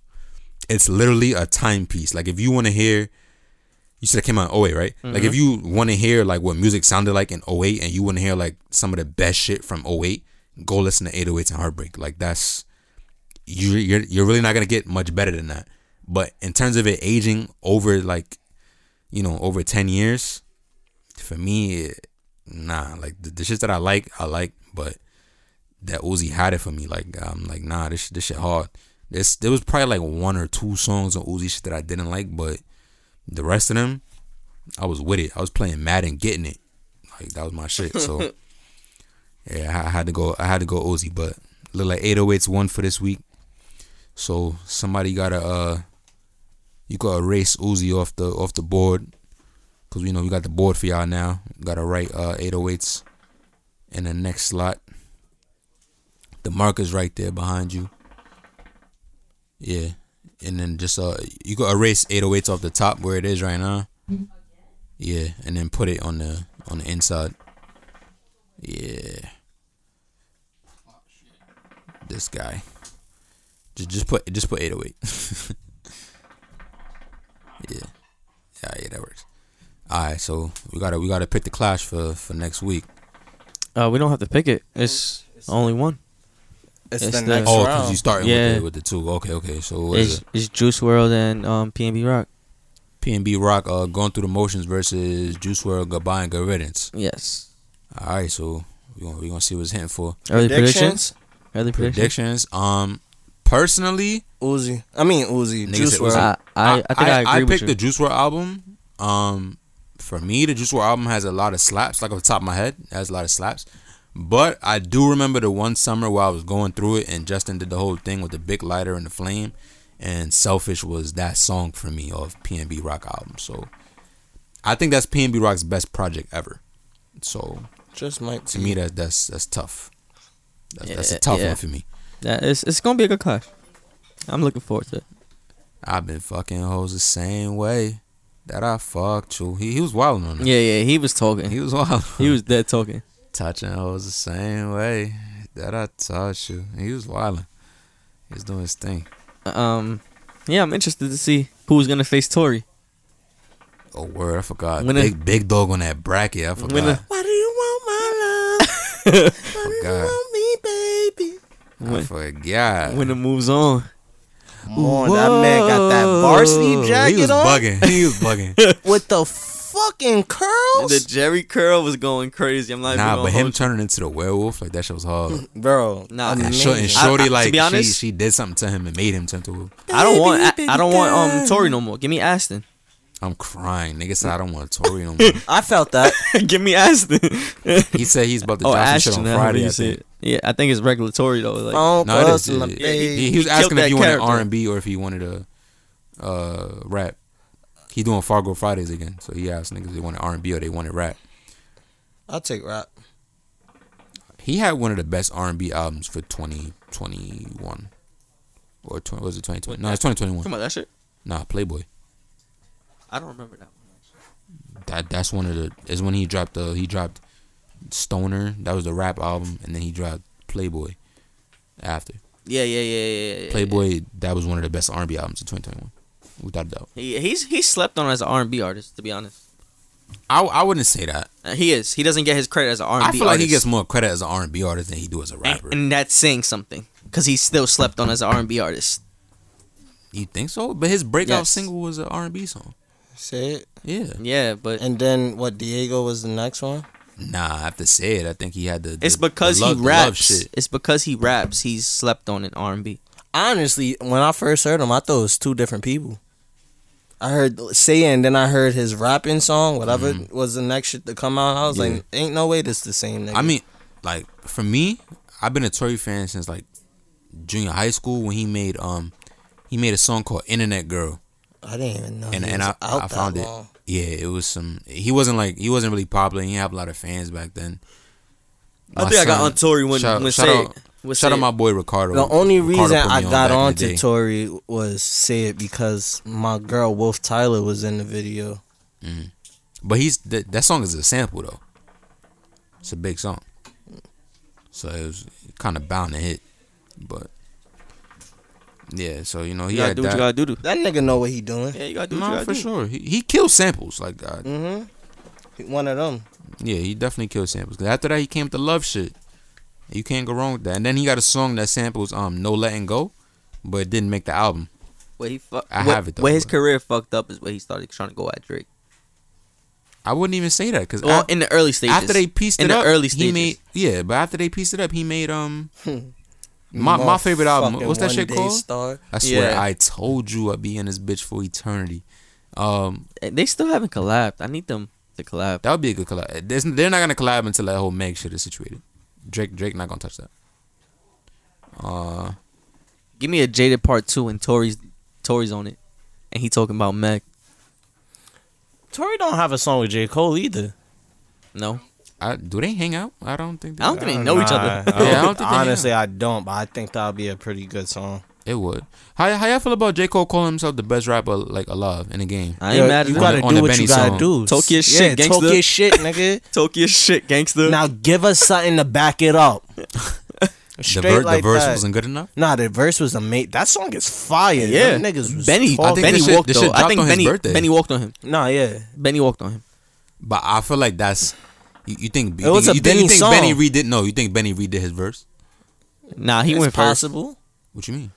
C: it's literally a timepiece like if you want to hear you said it came out in 08 right like if you want to hear like what music sounded like in 08 and you want to hear like some of the best shit from 08 go listen to 808s and Heartbreak like that's you you're, you're really not gonna get much better than that but in terms of it aging over like you know, over 10 years, for me, it- nah, like the, the shit that I like, I like, but that Uzi had it for me. Like, I'm like, nah, this, this shit hard. This, there was probably like one or two songs on Uzi shit that I didn't like, but the rest of them, I was with it. I was playing Madden, getting it. Like, that was my shit. So, yeah, I, I had to go, I had to go Uzi, but look like 808's one for this week. So, somebody gotta, uh, you gotta erase Uzi off the off the board because we know we got the board for y'all now. Gotta write uh, 808s in the next slot. The marker's right there behind you. Yeah, and then just uh, you gotta erase 808s off the top where it is right now. Yeah, and then put it on the on the inside. Yeah. This guy. Just just put just put 808. Yeah. Yeah, yeah, that works. Alright, so we gotta we gotta pick the clash for for next week.
B: Uh, we don't have to pick it. It's only one.
E: It's,
B: It's
E: the,
B: the-
E: next
C: Oh, because
E: round.
C: you starting with,
B: Yeah.
C: the, with the two. Okay, okay. So what is
B: It's,
C: it?
B: it's Juice World and um, PNB Rock.
C: PNB Rock uh going through the motions versus Juice World Goodbye and Good Riddance.
B: Yes.
C: Alright, so we gonna we gonna see what's hitting for.
B: Early predictions.
E: Predictions?
B: Early predictions.
C: Predictions. Um personally
E: Uzi. I mean Uzi.
C: Nigga
E: Juice
C: said
E: WRLD.
C: Uzi.
B: I, I, I think I, agree with
C: picked
B: you.
C: the Juice WRLD album. Um, for me, the Juice WRLD album has a lot of slaps. Like off the top of my head, it has a lot of slaps. But I do remember the one summer where I was going through it, and Justin did the whole thing with the big lighter and the flame, and "Selfish" was that song for me of PNB Rock album. So I think that's PNB Rock's best project ever. So
E: Just might
C: to me, that that's that's tough. That's, that's a
B: Yeah,
C: tough
B: yeah.
C: one for me.
B: That is, it's going to be a good clash. I'm looking forward to it.
C: I've been fucking hoes the same way that I fucked you. He, he was wilding on that.
B: Yeah, yeah. He was talking.
C: He
B: He,
C: was wild.
B: was dead talking.
C: touching hoes the same way that I touch you. He was wilding. He was doing his thing.
B: Um, Yeah, I'm interested to see who's going to face Tory.
C: Oh word, I forgot.
B: When
C: big big dog on that bracket. I forgot.
B: When a-
E: Why do you want my love?
C: forgot.
E: me, baby?
C: I forgot.
B: when it moves on.
D: on, that man got that varsity jacket
C: he was
D: on
C: bugging. He was bugging.
D: with the fucking curls,
B: The Jerry curl was going crazy. I'm like,
C: nah, but him turning into the werewolf like that shit was hard.
D: bro.
B: Nah.
D: amazing.
C: And, short, and shorty
B: I- I- to
C: like
B: be honest-
C: she she did something to him and made him turn to a werewolf.
B: I don't want. I, I don't want um Tory no more. Give me Aston.
C: I'm crying. Nigga said I don't want Tori no more.
D: I felt that.
B: Give me Aston.
C: He said he's about to
B: oh,
C: drop some shit
B: Ashton.
C: on
B: that's what
C: Friday.
B: he
C: I
B: said.
C: think.
B: Yeah, I think it's regulatory though. Like,
D: Funk
C: No, it
D: us
C: is.
D: in the
C: He-
D: face.
C: he, he was
B: He
C: asking
B: killed
C: if you
B: that
C: wanted
B: character.
C: R and B or if he wanted a uh, rap. He doing Fargo Fridays again, so he asked niggas if they wanted R and B or they wanted rap.
D: I'll take rap.
C: He had one of the best R and B albums for 2021, or 20, was it 2020? No, it's 2021.
B: come on, that shit.
C: Nah, Playboy.
B: I don't remember that. one.
C: That that's one of the is when he dropped the he dropped Stoner. That was the rap album, and then he dropped Playboy after.
B: Yeah, yeah, yeah, yeah, yeah, yeah.
C: Playboy, that was one of the best R&B albums of 2021, without a doubt.
B: He, he's he slept on as an R&B artist. To be honest,
C: I, I wouldn't say that.
B: Uh, he is. He doesn't get his credit as an R&B
C: I feel like
B: artist.
C: he gets more credit as an R&B artist than he do as a
B: and,
C: rapper.
B: and that's saying something because he still slept on as an R&B artist.
C: you think so? But his breakout
B: Yes.
C: single was an R&B song.
D: Say it.
C: Yeah.
B: Yeah, but
D: And then what? Diego was the next one.
C: Nah, I have to say it. I think he had the.
B: it's
C: the-
B: because
C: the love-
B: he
C: the love
B: raps.
C: shit.
B: It's because he raps. He's slept on in R&B.
D: Honestly, when I first heard him, I thought it was two different people. I heard say it, and then I heard his rapping song, whatever was the next shit to come out. I was
C: Mm-hmm. Yeah.
D: like, ain't no way this the same nigga.
C: I mean, like for me, I've been a Tory fan since like junior high school when he made um he made a song called Internet Girl.
D: I didn't even know.
C: and
D: he
C: and
D: was
C: I,
D: out
C: I
D: that
C: found it.
D: long.
C: Yeah, it was some. He wasn't like he wasn't really popular. He didn't have a lot of fans back then.
B: I think I got on Tory when-
C: shout,
B: when
C: shout
B: Say
C: out,
B: It- when
C: shout
B: Say
C: out
B: It-
C: my boy Ricardo.
D: The only
C: Ricardo
D: reason
C: put me
D: I
C: back
D: got
C: in the
D: onto
C: day.
D: Tory was say it because my girl Wolf Tyler was in the video.
C: but he's that, that song is a sample though. It's a big song, so it was kind of bound to hit. But yeah, so you know he
B: You gotta
C: had
B: do what
C: that.
B: you gotta do. To.
D: That nigga know what he doing.
B: Yeah, you gotta do what
C: Nah,
B: you gotta
C: for
B: do.
C: sure. He, he killed samples. Like, uh,
D: He One of them.
C: yeah, he definitely killed samples. 'Cause after that, he came to love shit. You can't go wrong with that. And then he got a song that samples um "No Letting Go," but it didn't make the album.
B: Where he fuck,
C: I
B: where-
C: have it, though,
B: Where his
C: but-
B: career fucked up is where he started trying to go at Drake.
C: I wouldn't even say that because
B: Well, in the early stages.
C: after they pieced
B: in
C: it
B: the
C: up,
B: early
C: he
B: stages.
C: made yeah. But after they pieced it up, he made um my my favorite album.
D: Motherfucking
C: What's that shit
D: One Day
C: called?
D: Star.
C: I swear,
B: Yeah.
C: I told you I'd be in this bitch for eternity. Um,
B: they still haven't collabed. I need them to collab.
C: that would be a good collab. There's, they're not gonna collab until that whole Meg shit is situated. Drake Drake not gonna touch that. Uh,
B: Give me a Jaded Part Two and Tory's Tory's on it, and he talking about Meg.
G: Tory don't have a song with J. Cole either.
B: No,
C: I, do they hang out? I don't think. They
B: I don't think they know each other.
D: Nah, I
C: Yeah, I don't
D: don't-
C: think they
D: honestly, I don't, but I think that'll be a pretty good song.
C: It would. How how y'all feel about J Cole calling himself the best rapper like alive in the game?
B: I ain't
D: Yo,
B: mad at
D: you
B: him.
D: gotta
C: On
D: do
C: the
D: what
C: Benny
D: you gotta
C: song.
D: do.
B: Talk your
D: yeah,
B: shit,
D: Talk
B: gangsta.
D: your shit, nigga.
B: Talk your shit, gangster.
D: now give us something to back it up.
C: The,
D: Straight
C: ver-
D: like
C: the verse
D: that.
C: wasn't good enough.
D: Nah, the verse was amazing. That song is fire.
B: yeah,
D: Them niggas was
B: Benny.
C: I
D: talking.
B: Benny
C: think this
B: walked
C: shit- this
B: though.
C: shit
B: I
C: dropped
B: think
C: on his
B: Benny
C: birthday.
B: Benny walked on him.
D: Nah, yeah.
B: Benny walked on him.
C: But I feel like that's you, you think you
D: It was
C: think,
D: a
C: you think, you
D: Benny
C: think
D: song.
C: Benny redid no you think Benny redid his verse?
B: Nah, he
D: It's
B: went
D: possible.
C: What you mean?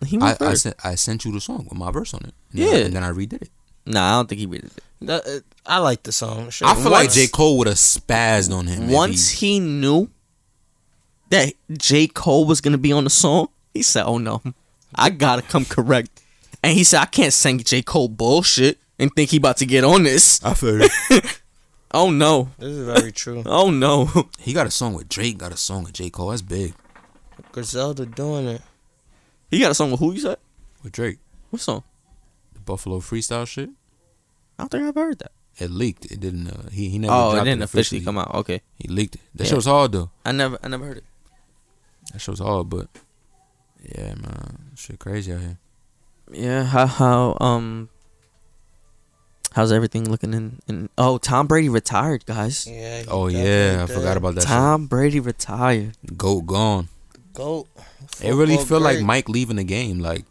B: first. He
C: I,
B: went
C: I
B: first.
C: sent I sent you the song with my verse on it. And
B: Yeah.
C: then, I- and then I redid it.
B: nah, I don't think he read it.
D: That, uh, I like the song. Shit.
C: I feel like
D: Once-
C: J Cole would have spazzed on him. if
B: Once
C: he-
B: he knew that J. Cole was gonna be on the song, he said, "Oh no, I gotta come correct." And he said, "I can't sing J. Cole bullshit and think he about to get on this."
C: I feel it.
B: Oh no,
D: This is very true.
B: oh no.
C: he got a song with Drake, got a song with J Cole. That's big
D: Griselda doing it.
B: He got a song with who you said?
C: with Drake.
B: What song?
C: The Buffalo freestyle shit.
B: I don't think I've heard that.
C: It leaked. It didn't. Uh, he he never.
B: Oh, it
C: dropped
B: didn't officially come out. Okay,
C: He leaked it. That
B: Yeah.
C: shit was hard though.
B: I never, I never heard it.
C: That shit was hard, but yeah, man, shit crazy out here.
B: Yeah, how, how um, how's everything looking in? in oh, Tom Brady retired, guys.
D: Yeah. he
C: Oh
D: definitely
C: yeah, I
D: did.
C: forgot about that.
B: Tom Brady retired.
C: shit. Goat gone.
D: Goat.
C: it really
D: Football
C: feel like
D: great.
C: Mike leaving the game. Like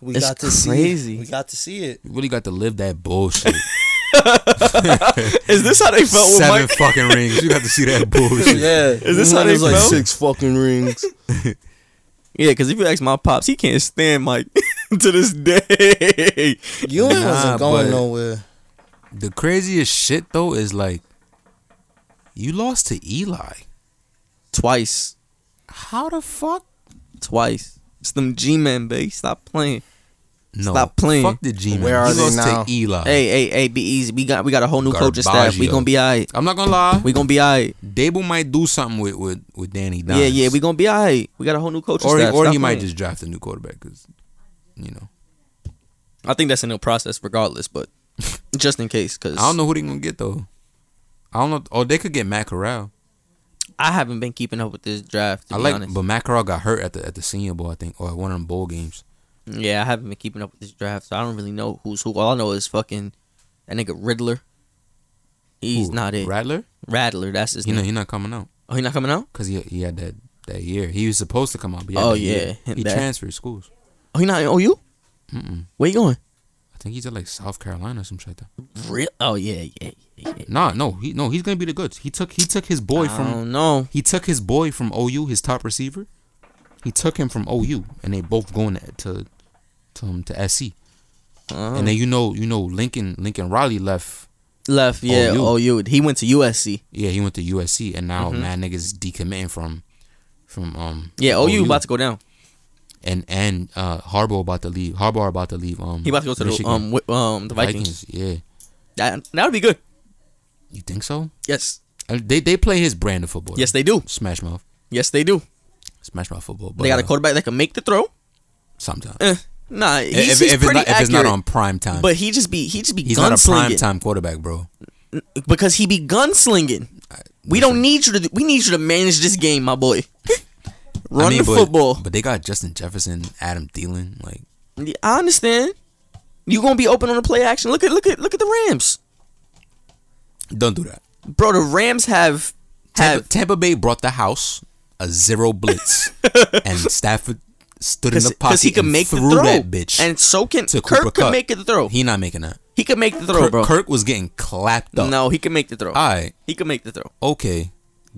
D: We
B: It's
D: got to see.
B: crazy.
D: it. We got to see it.
C: you really got to live that bullshit.
B: Is this how they felt with
C: Seven
B: Mike?
C: fucking rings. You got to see that bullshit.
D: Yeah.
B: Is this how they
D: It's like
B: felt?
D: six fucking rings?
B: Yeah, because if you ask my pops, he can't stand Mike to this day.
E: You ain't
C: Nah,
E: wasn't going
C: but-
E: nowhere.
C: The craziest shit though is like, you lost to Eli.
B: Twice.
C: How the fuck?
B: Twice. It's them G men, babe. Stop playing.
C: No,
B: Stop playing.
C: Fuck the G man.
E: Where are
C: you
E: they
C: lost
E: now?
C: to Eli.
B: Hey, hey, hey, be easy. We got we got a whole new coaching staff. We
C: Uh, Garbaggio.
B: gonna be alright.
C: I'm not gonna lie.
B: We gonna be alright.
C: Dable might do something with with, with Danny Dimes.
B: Yeah, yeah, we gonna be alright. We got a whole new coaching
C: or he,
B: staff.
C: or
B: Stop
C: he might
B: playing.
C: just draft a new quarterback because, you know,
B: I think that's in the process, regardless. But just in case, because
C: I don't know who they gonna get though. I don't know. Or they could get Matt Corral.
B: I haven't been keeping up with this draft. To
C: I
B: be
C: like,
B: honest.
C: but Matt Corral got hurt at the at the Senior Bowl, I think, or at one of them bowl games.
B: Yeah, I haven't been keeping up with this draft, so I don't really know who's who. All I know is fucking that nigga Riddler. He's
C: Who,
B: not it.
C: Rattler.
B: Rattler, that's his
C: You know,
B: name.
C: he's not coming out
B: Oh, he not coming out?
C: because he he had that that year. He was supposed to come out. But he had
B: Oh,
C: that
B: yeah,
C: year. he
B: that-
C: transferred schools.
B: Oh, he not in OU?
C: Mm-mm.
B: Where you going?
C: I think he's at like South Carolina or some shit like that.
B: Real? Oh yeah, yeah. yeah. Um,
C: Nah, no, he no, he's gonna be the goods. He took he took his boy
B: I
C: from
B: don't know.
C: He took his boy from OU, his top receiver. He took him from OU, and they both going to to to, um, to SC.
B: Uh,
C: And then you know you know Lincoln Lincoln Riley left.
B: left, yeah. OU. He went to USC.
C: Yeah, he went to USC, and now
B: Mhm.
C: mad niggas decommitting from from um
B: Yeah, OU, about to go down.
C: and and uh Harbaugh about to leave. Harbaugh about to leave. Um,
B: He about to go to the
C: Michigan.
B: um wi- um the Vikings.
C: Yeah,
B: That that would be good.
C: you think so?
B: Yes,
C: Uh, They they play his brand of football.
B: yes they do.
C: Smash mouth,
B: Yes they do.
C: smash mouth football. But,
B: They got a
C: uh,
B: quarterback that can make the throw.
C: sometimes.
B: Eh, nah,
C: If-
B: he's,
C: if,
B: he's
C: if it's
B: pretty
C: not, if it's not
B: accurate,
C: on prime time,
B: But he just be he just be
C: he's not a prime
B: gunslinging.
C: time quarterback, bro.
B: because he be gunslinging. We
C: listen.
B: don't need you to. We need you to manage this game, my boy. Run
C: I mean,
B: the
C: but,
B: football.
C: But they got Justin Jefferson, Adam Thielen. Like
B: I understand. You gonna be open on the play action. Look at look at look at the Rams,
C: don't do that.
B: bro. The Rams have
C: Tampa,
B: have
C: Tampa Bay brought the house a zero blitz, and Stafford stood in the pocket
B: because he can
C: and
B: make the
C: threw
B: throw.
C: that bitch.
B: and so can
C: to
B: Kirk.
C: Cooper
B: Can
C: Kupp.
B: make it the throw. He,
C: he not making that.
B: can make the throw,
C: Kirk, Ah.
B: bro.
C: Kirk was getting clapped up.
B: no, he can make the throw.
C: All right,
B: he can make the throw.
C: okay.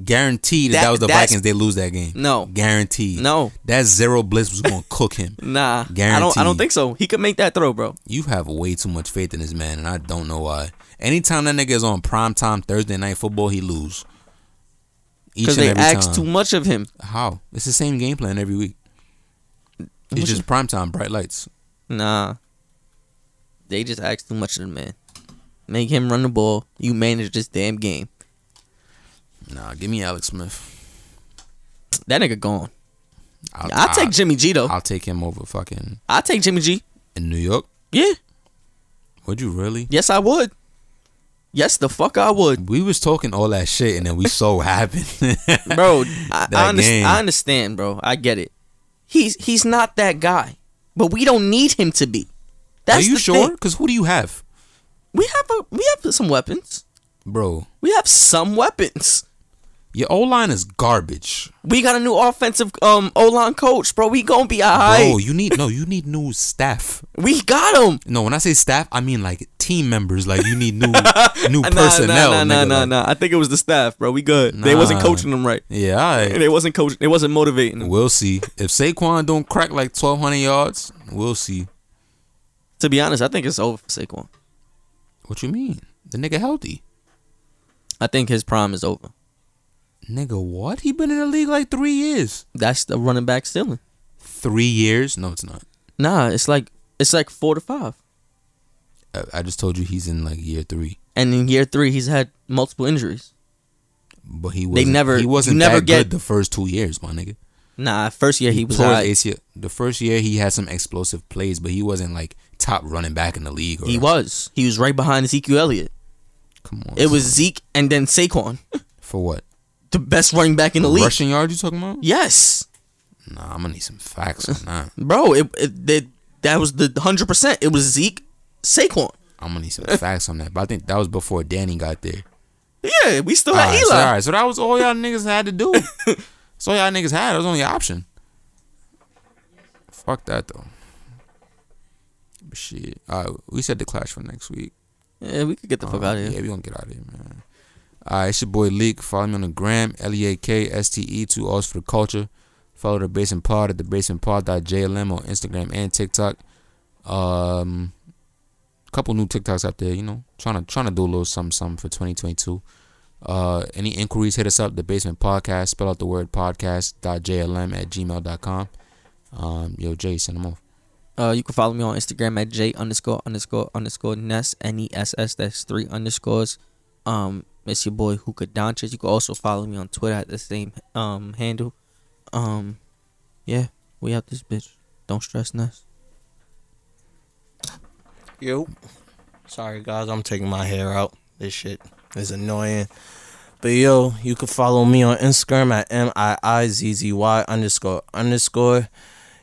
C: Guaranteed that,
B: That-
C: that was the
B: that's-
C: Vikings. They lose that game.
B: No.
C: guaranteed.
B: No.
C: that zero blitz was gonna cook him.
B: Nah, I don't. I
C: Guaranteed.
B: don't think so. He can make that throw, bro.
C: You have way too much faith in this man, and I don't know why. Anytime that nigga is on prime time Thursday night football, he lose. Each
B: Because
C: and
B: they
C: every
B: ask
C: time.
B: too much of him.
C: How? It's the same game plan every week.
B: What
C: It's just prime time, bright lights.
B: Nah. They just ask too much of the man. Make him run the ball. You manage this damn game.
C: Nah, give me Alex Smith.
B: That nigga gone.
C: I'll,
B: I'll take Jimmy G though.
C: I'll take him over fucking
B: I'll take Jimmy G.
C: in New York.
B: Yeah.
C: Would you really?
B: Yes, I would. Yes, the fuck I would.
C: We was talking all that shit, and then we so happened,
B: Bro, I, I, under-
C: game.
B: I understand, bro. I get it. He's he's not that guy. But we don't need him to be.
C: Are
B: That's
C: you
B: the
C: sure?
B: Thing.
C: Because who do you have,
B: We have a, we have some weapons.
C: bro?
B: We have some weapons.
C: Your O line is garbage,
B: We got a new offensive um O line coach, bro. We gonna be
C: bro.
B: alright.
C: You need no, you need new staff.
B: We got him.
C: No, when I say staff, I mean like team members. Like you need new, new
B: Nah,
C: personnel.
B: Nah, nah,
C: nigga,
B: nah,
C: like-
B: nah, nah. I think it was the staff, bro. We good. They wasn't
C: Nah.
B: coaching them right.
C: Yeah, all right.
B: They wasn't coaching. They wasn't motivating them.
C: We'll see. If Saquon don't crack like twelve hundred yards, we'll see.
B: To be honest, I think it's over for Saquon.
C: What you mean? The nigga healthy.
B: I think his prime is over.
C: Nigga, what? He been in the league like three years.
B: That's the running back ceiling.
C: Three years? No, it's not.
B: Nah, it's like it's like four to five.
C: I, I just told you he's in like year three.
B: And in year three, he's had multiple injuries.
C: But he wasn't.
B: never-
C: He
B: you
C: wasn't
B: never
C: that
B: get-
C: good the first two years, my nigga.
B: Nah, first year he was
C: tore his
B: alright.
C: ACL. The first year he had some explosive plays, but he wasn't like top running back in the league. Or,
B: He was. He was right behind Ezekiel Elliott.
C: Come on.
B: It was Zeke and then Saquon,
C: for what?
B: the best running back in the league.
C: Rushing yards? You talking about?
B: Yes,
C: Nah, I'm gonna need some facts on that.
B: bro. It, it that that was the hundred percent. It was Zeke, Saquon.
C: I'm gonna need some facts on that. But I think that was before Danny got there.
B: Yeah, we still
C: all
B: had
C: right,
B: Eli.
C: So, all right, so that was all y'all niggas had to do. That's all y'all niggas had. That was the only option. Fuck that though. But shit. All right, we said the clash for next week.
B: Yeah, we could get the fuck
C: Uh,
B: out of here.
C: Yeah, we gonna get out of here, man. All right, it's your boy Leak. Follow me on the gram, L E A K S T E two R's for the culture. Follow the Basement Pod at the Basement Pod.jlm on Instagram and TikTok. Um, couple new TikToks out there. You know, trying to trying to do a little something something for 2022. Uh, any inquiries, hit us up. The Basement Podcast. Spell out the word podcast.jlm at gmail.com. Um, yo, Jay, send them off.
B: Uh, you can follow me on Instagram at j underscore underscore underscore ness n e s s. That's three underscores. Um, it's your boy Hookah Doncic. You can also follow me on Twitter at the same um handle. Um, yeah, we out this bitch. Don't stress Ness.
D: Yo.
H: Sorry, guys.
D: I'm taking my hair out. This shit is annoying. But yo, you can follow me on Instagram at M I I Z Z Y underscore underscore.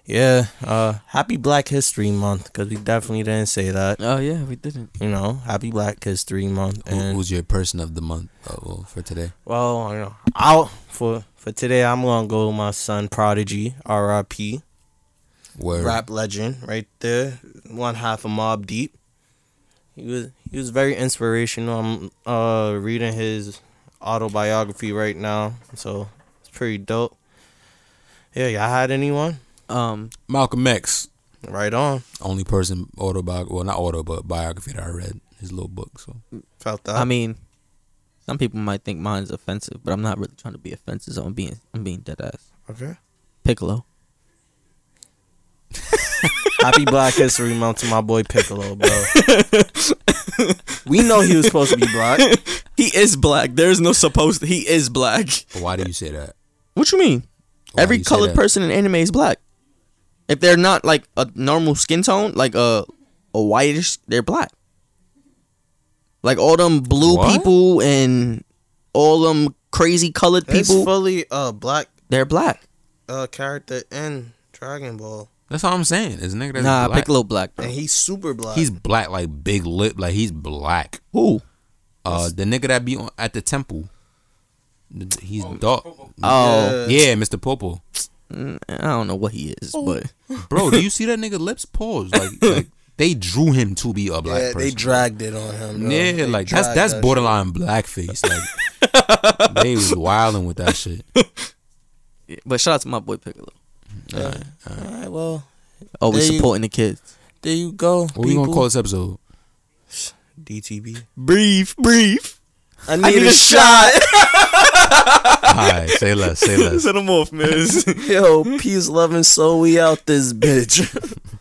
D: Yeah, uh, happy Black History Month because we definitely didn't say that.
B: Oh yeah, we didn't.
D: You know, happy Black History Month.
C: Who,
D: And
C: who's your person of the month uh, well, for today?
D: well, you know, out for for today, I'm gonna go with my son Prodigy, R.I.P.
C: Where
D: rap legend right there, one half of Mob Deep. He was he was very inspirational. I'm uh reading his autobiography right now, so it's pretty dope. Yeah, y'all had anyone?
B: Um,
C: Malcolm X,
D: Right on.
C: only person autobiography, well not auto but biography that I read his little book. So
D: Felt that.
B: I mean, some people might think mine's offensive, but I'm not really trying to be offensive. So I'm being I'm being dead ass.
D: okay.
B: Piccolo.
D: Happy Black History Month to my boy Piccolo, bro. we know he was supposed to be black.
B: He is black. There is no supposed. He is black.
C: why do you say that?
B: What you mean?
C: Why
B: Every
C: you say
B: colored
C: that?
B: person in anime is black. If they're not like a normal skin tone, like a a whitish, they're black. Like all them blue
C: What?
B: people and all them crazy colored
D: He's
B: people,
D: fully a uh, black
B: they're black.
D: uh character in Dragon Ball,
C: That's all I'm saying. Is nigga that's
B: nah,
C: black.
B: Piccolo black, bro.
D: and he's super black.
C: He's black like big lip, like he's black.
B: Who?
C: Uh, the nigga that be on, at the temple, th- he's dark.
B: Oh,
D: Uh,
C: Yeah, Mr. Popo.
B: mm, I don't know what he
D: Oh.
B: is, but
C: Bro, do you see that nigga lips pause? Like, like they drew him to be a black
D: yeah,
C: person.
D: they dragged it on him. Bro.
C: Yeah,
D: They
C: like that's
D: dragged
C: that's
D: that
C: borderline blackface. Like they was wilding with that shit.
B: but shout out to my boy Piccolo.
D: shit. All right, well,
B: Always
D: There you-
B: supporting the kids.
D: There you go.
C: What we gonna call this episode?
D: DTB?
B: Breathe, breathe.
D: I need, a, shot.
C: Hi, say less, say less.
B: Set them off, man.
D: Yo, peace, love, and soul. We out this bitch.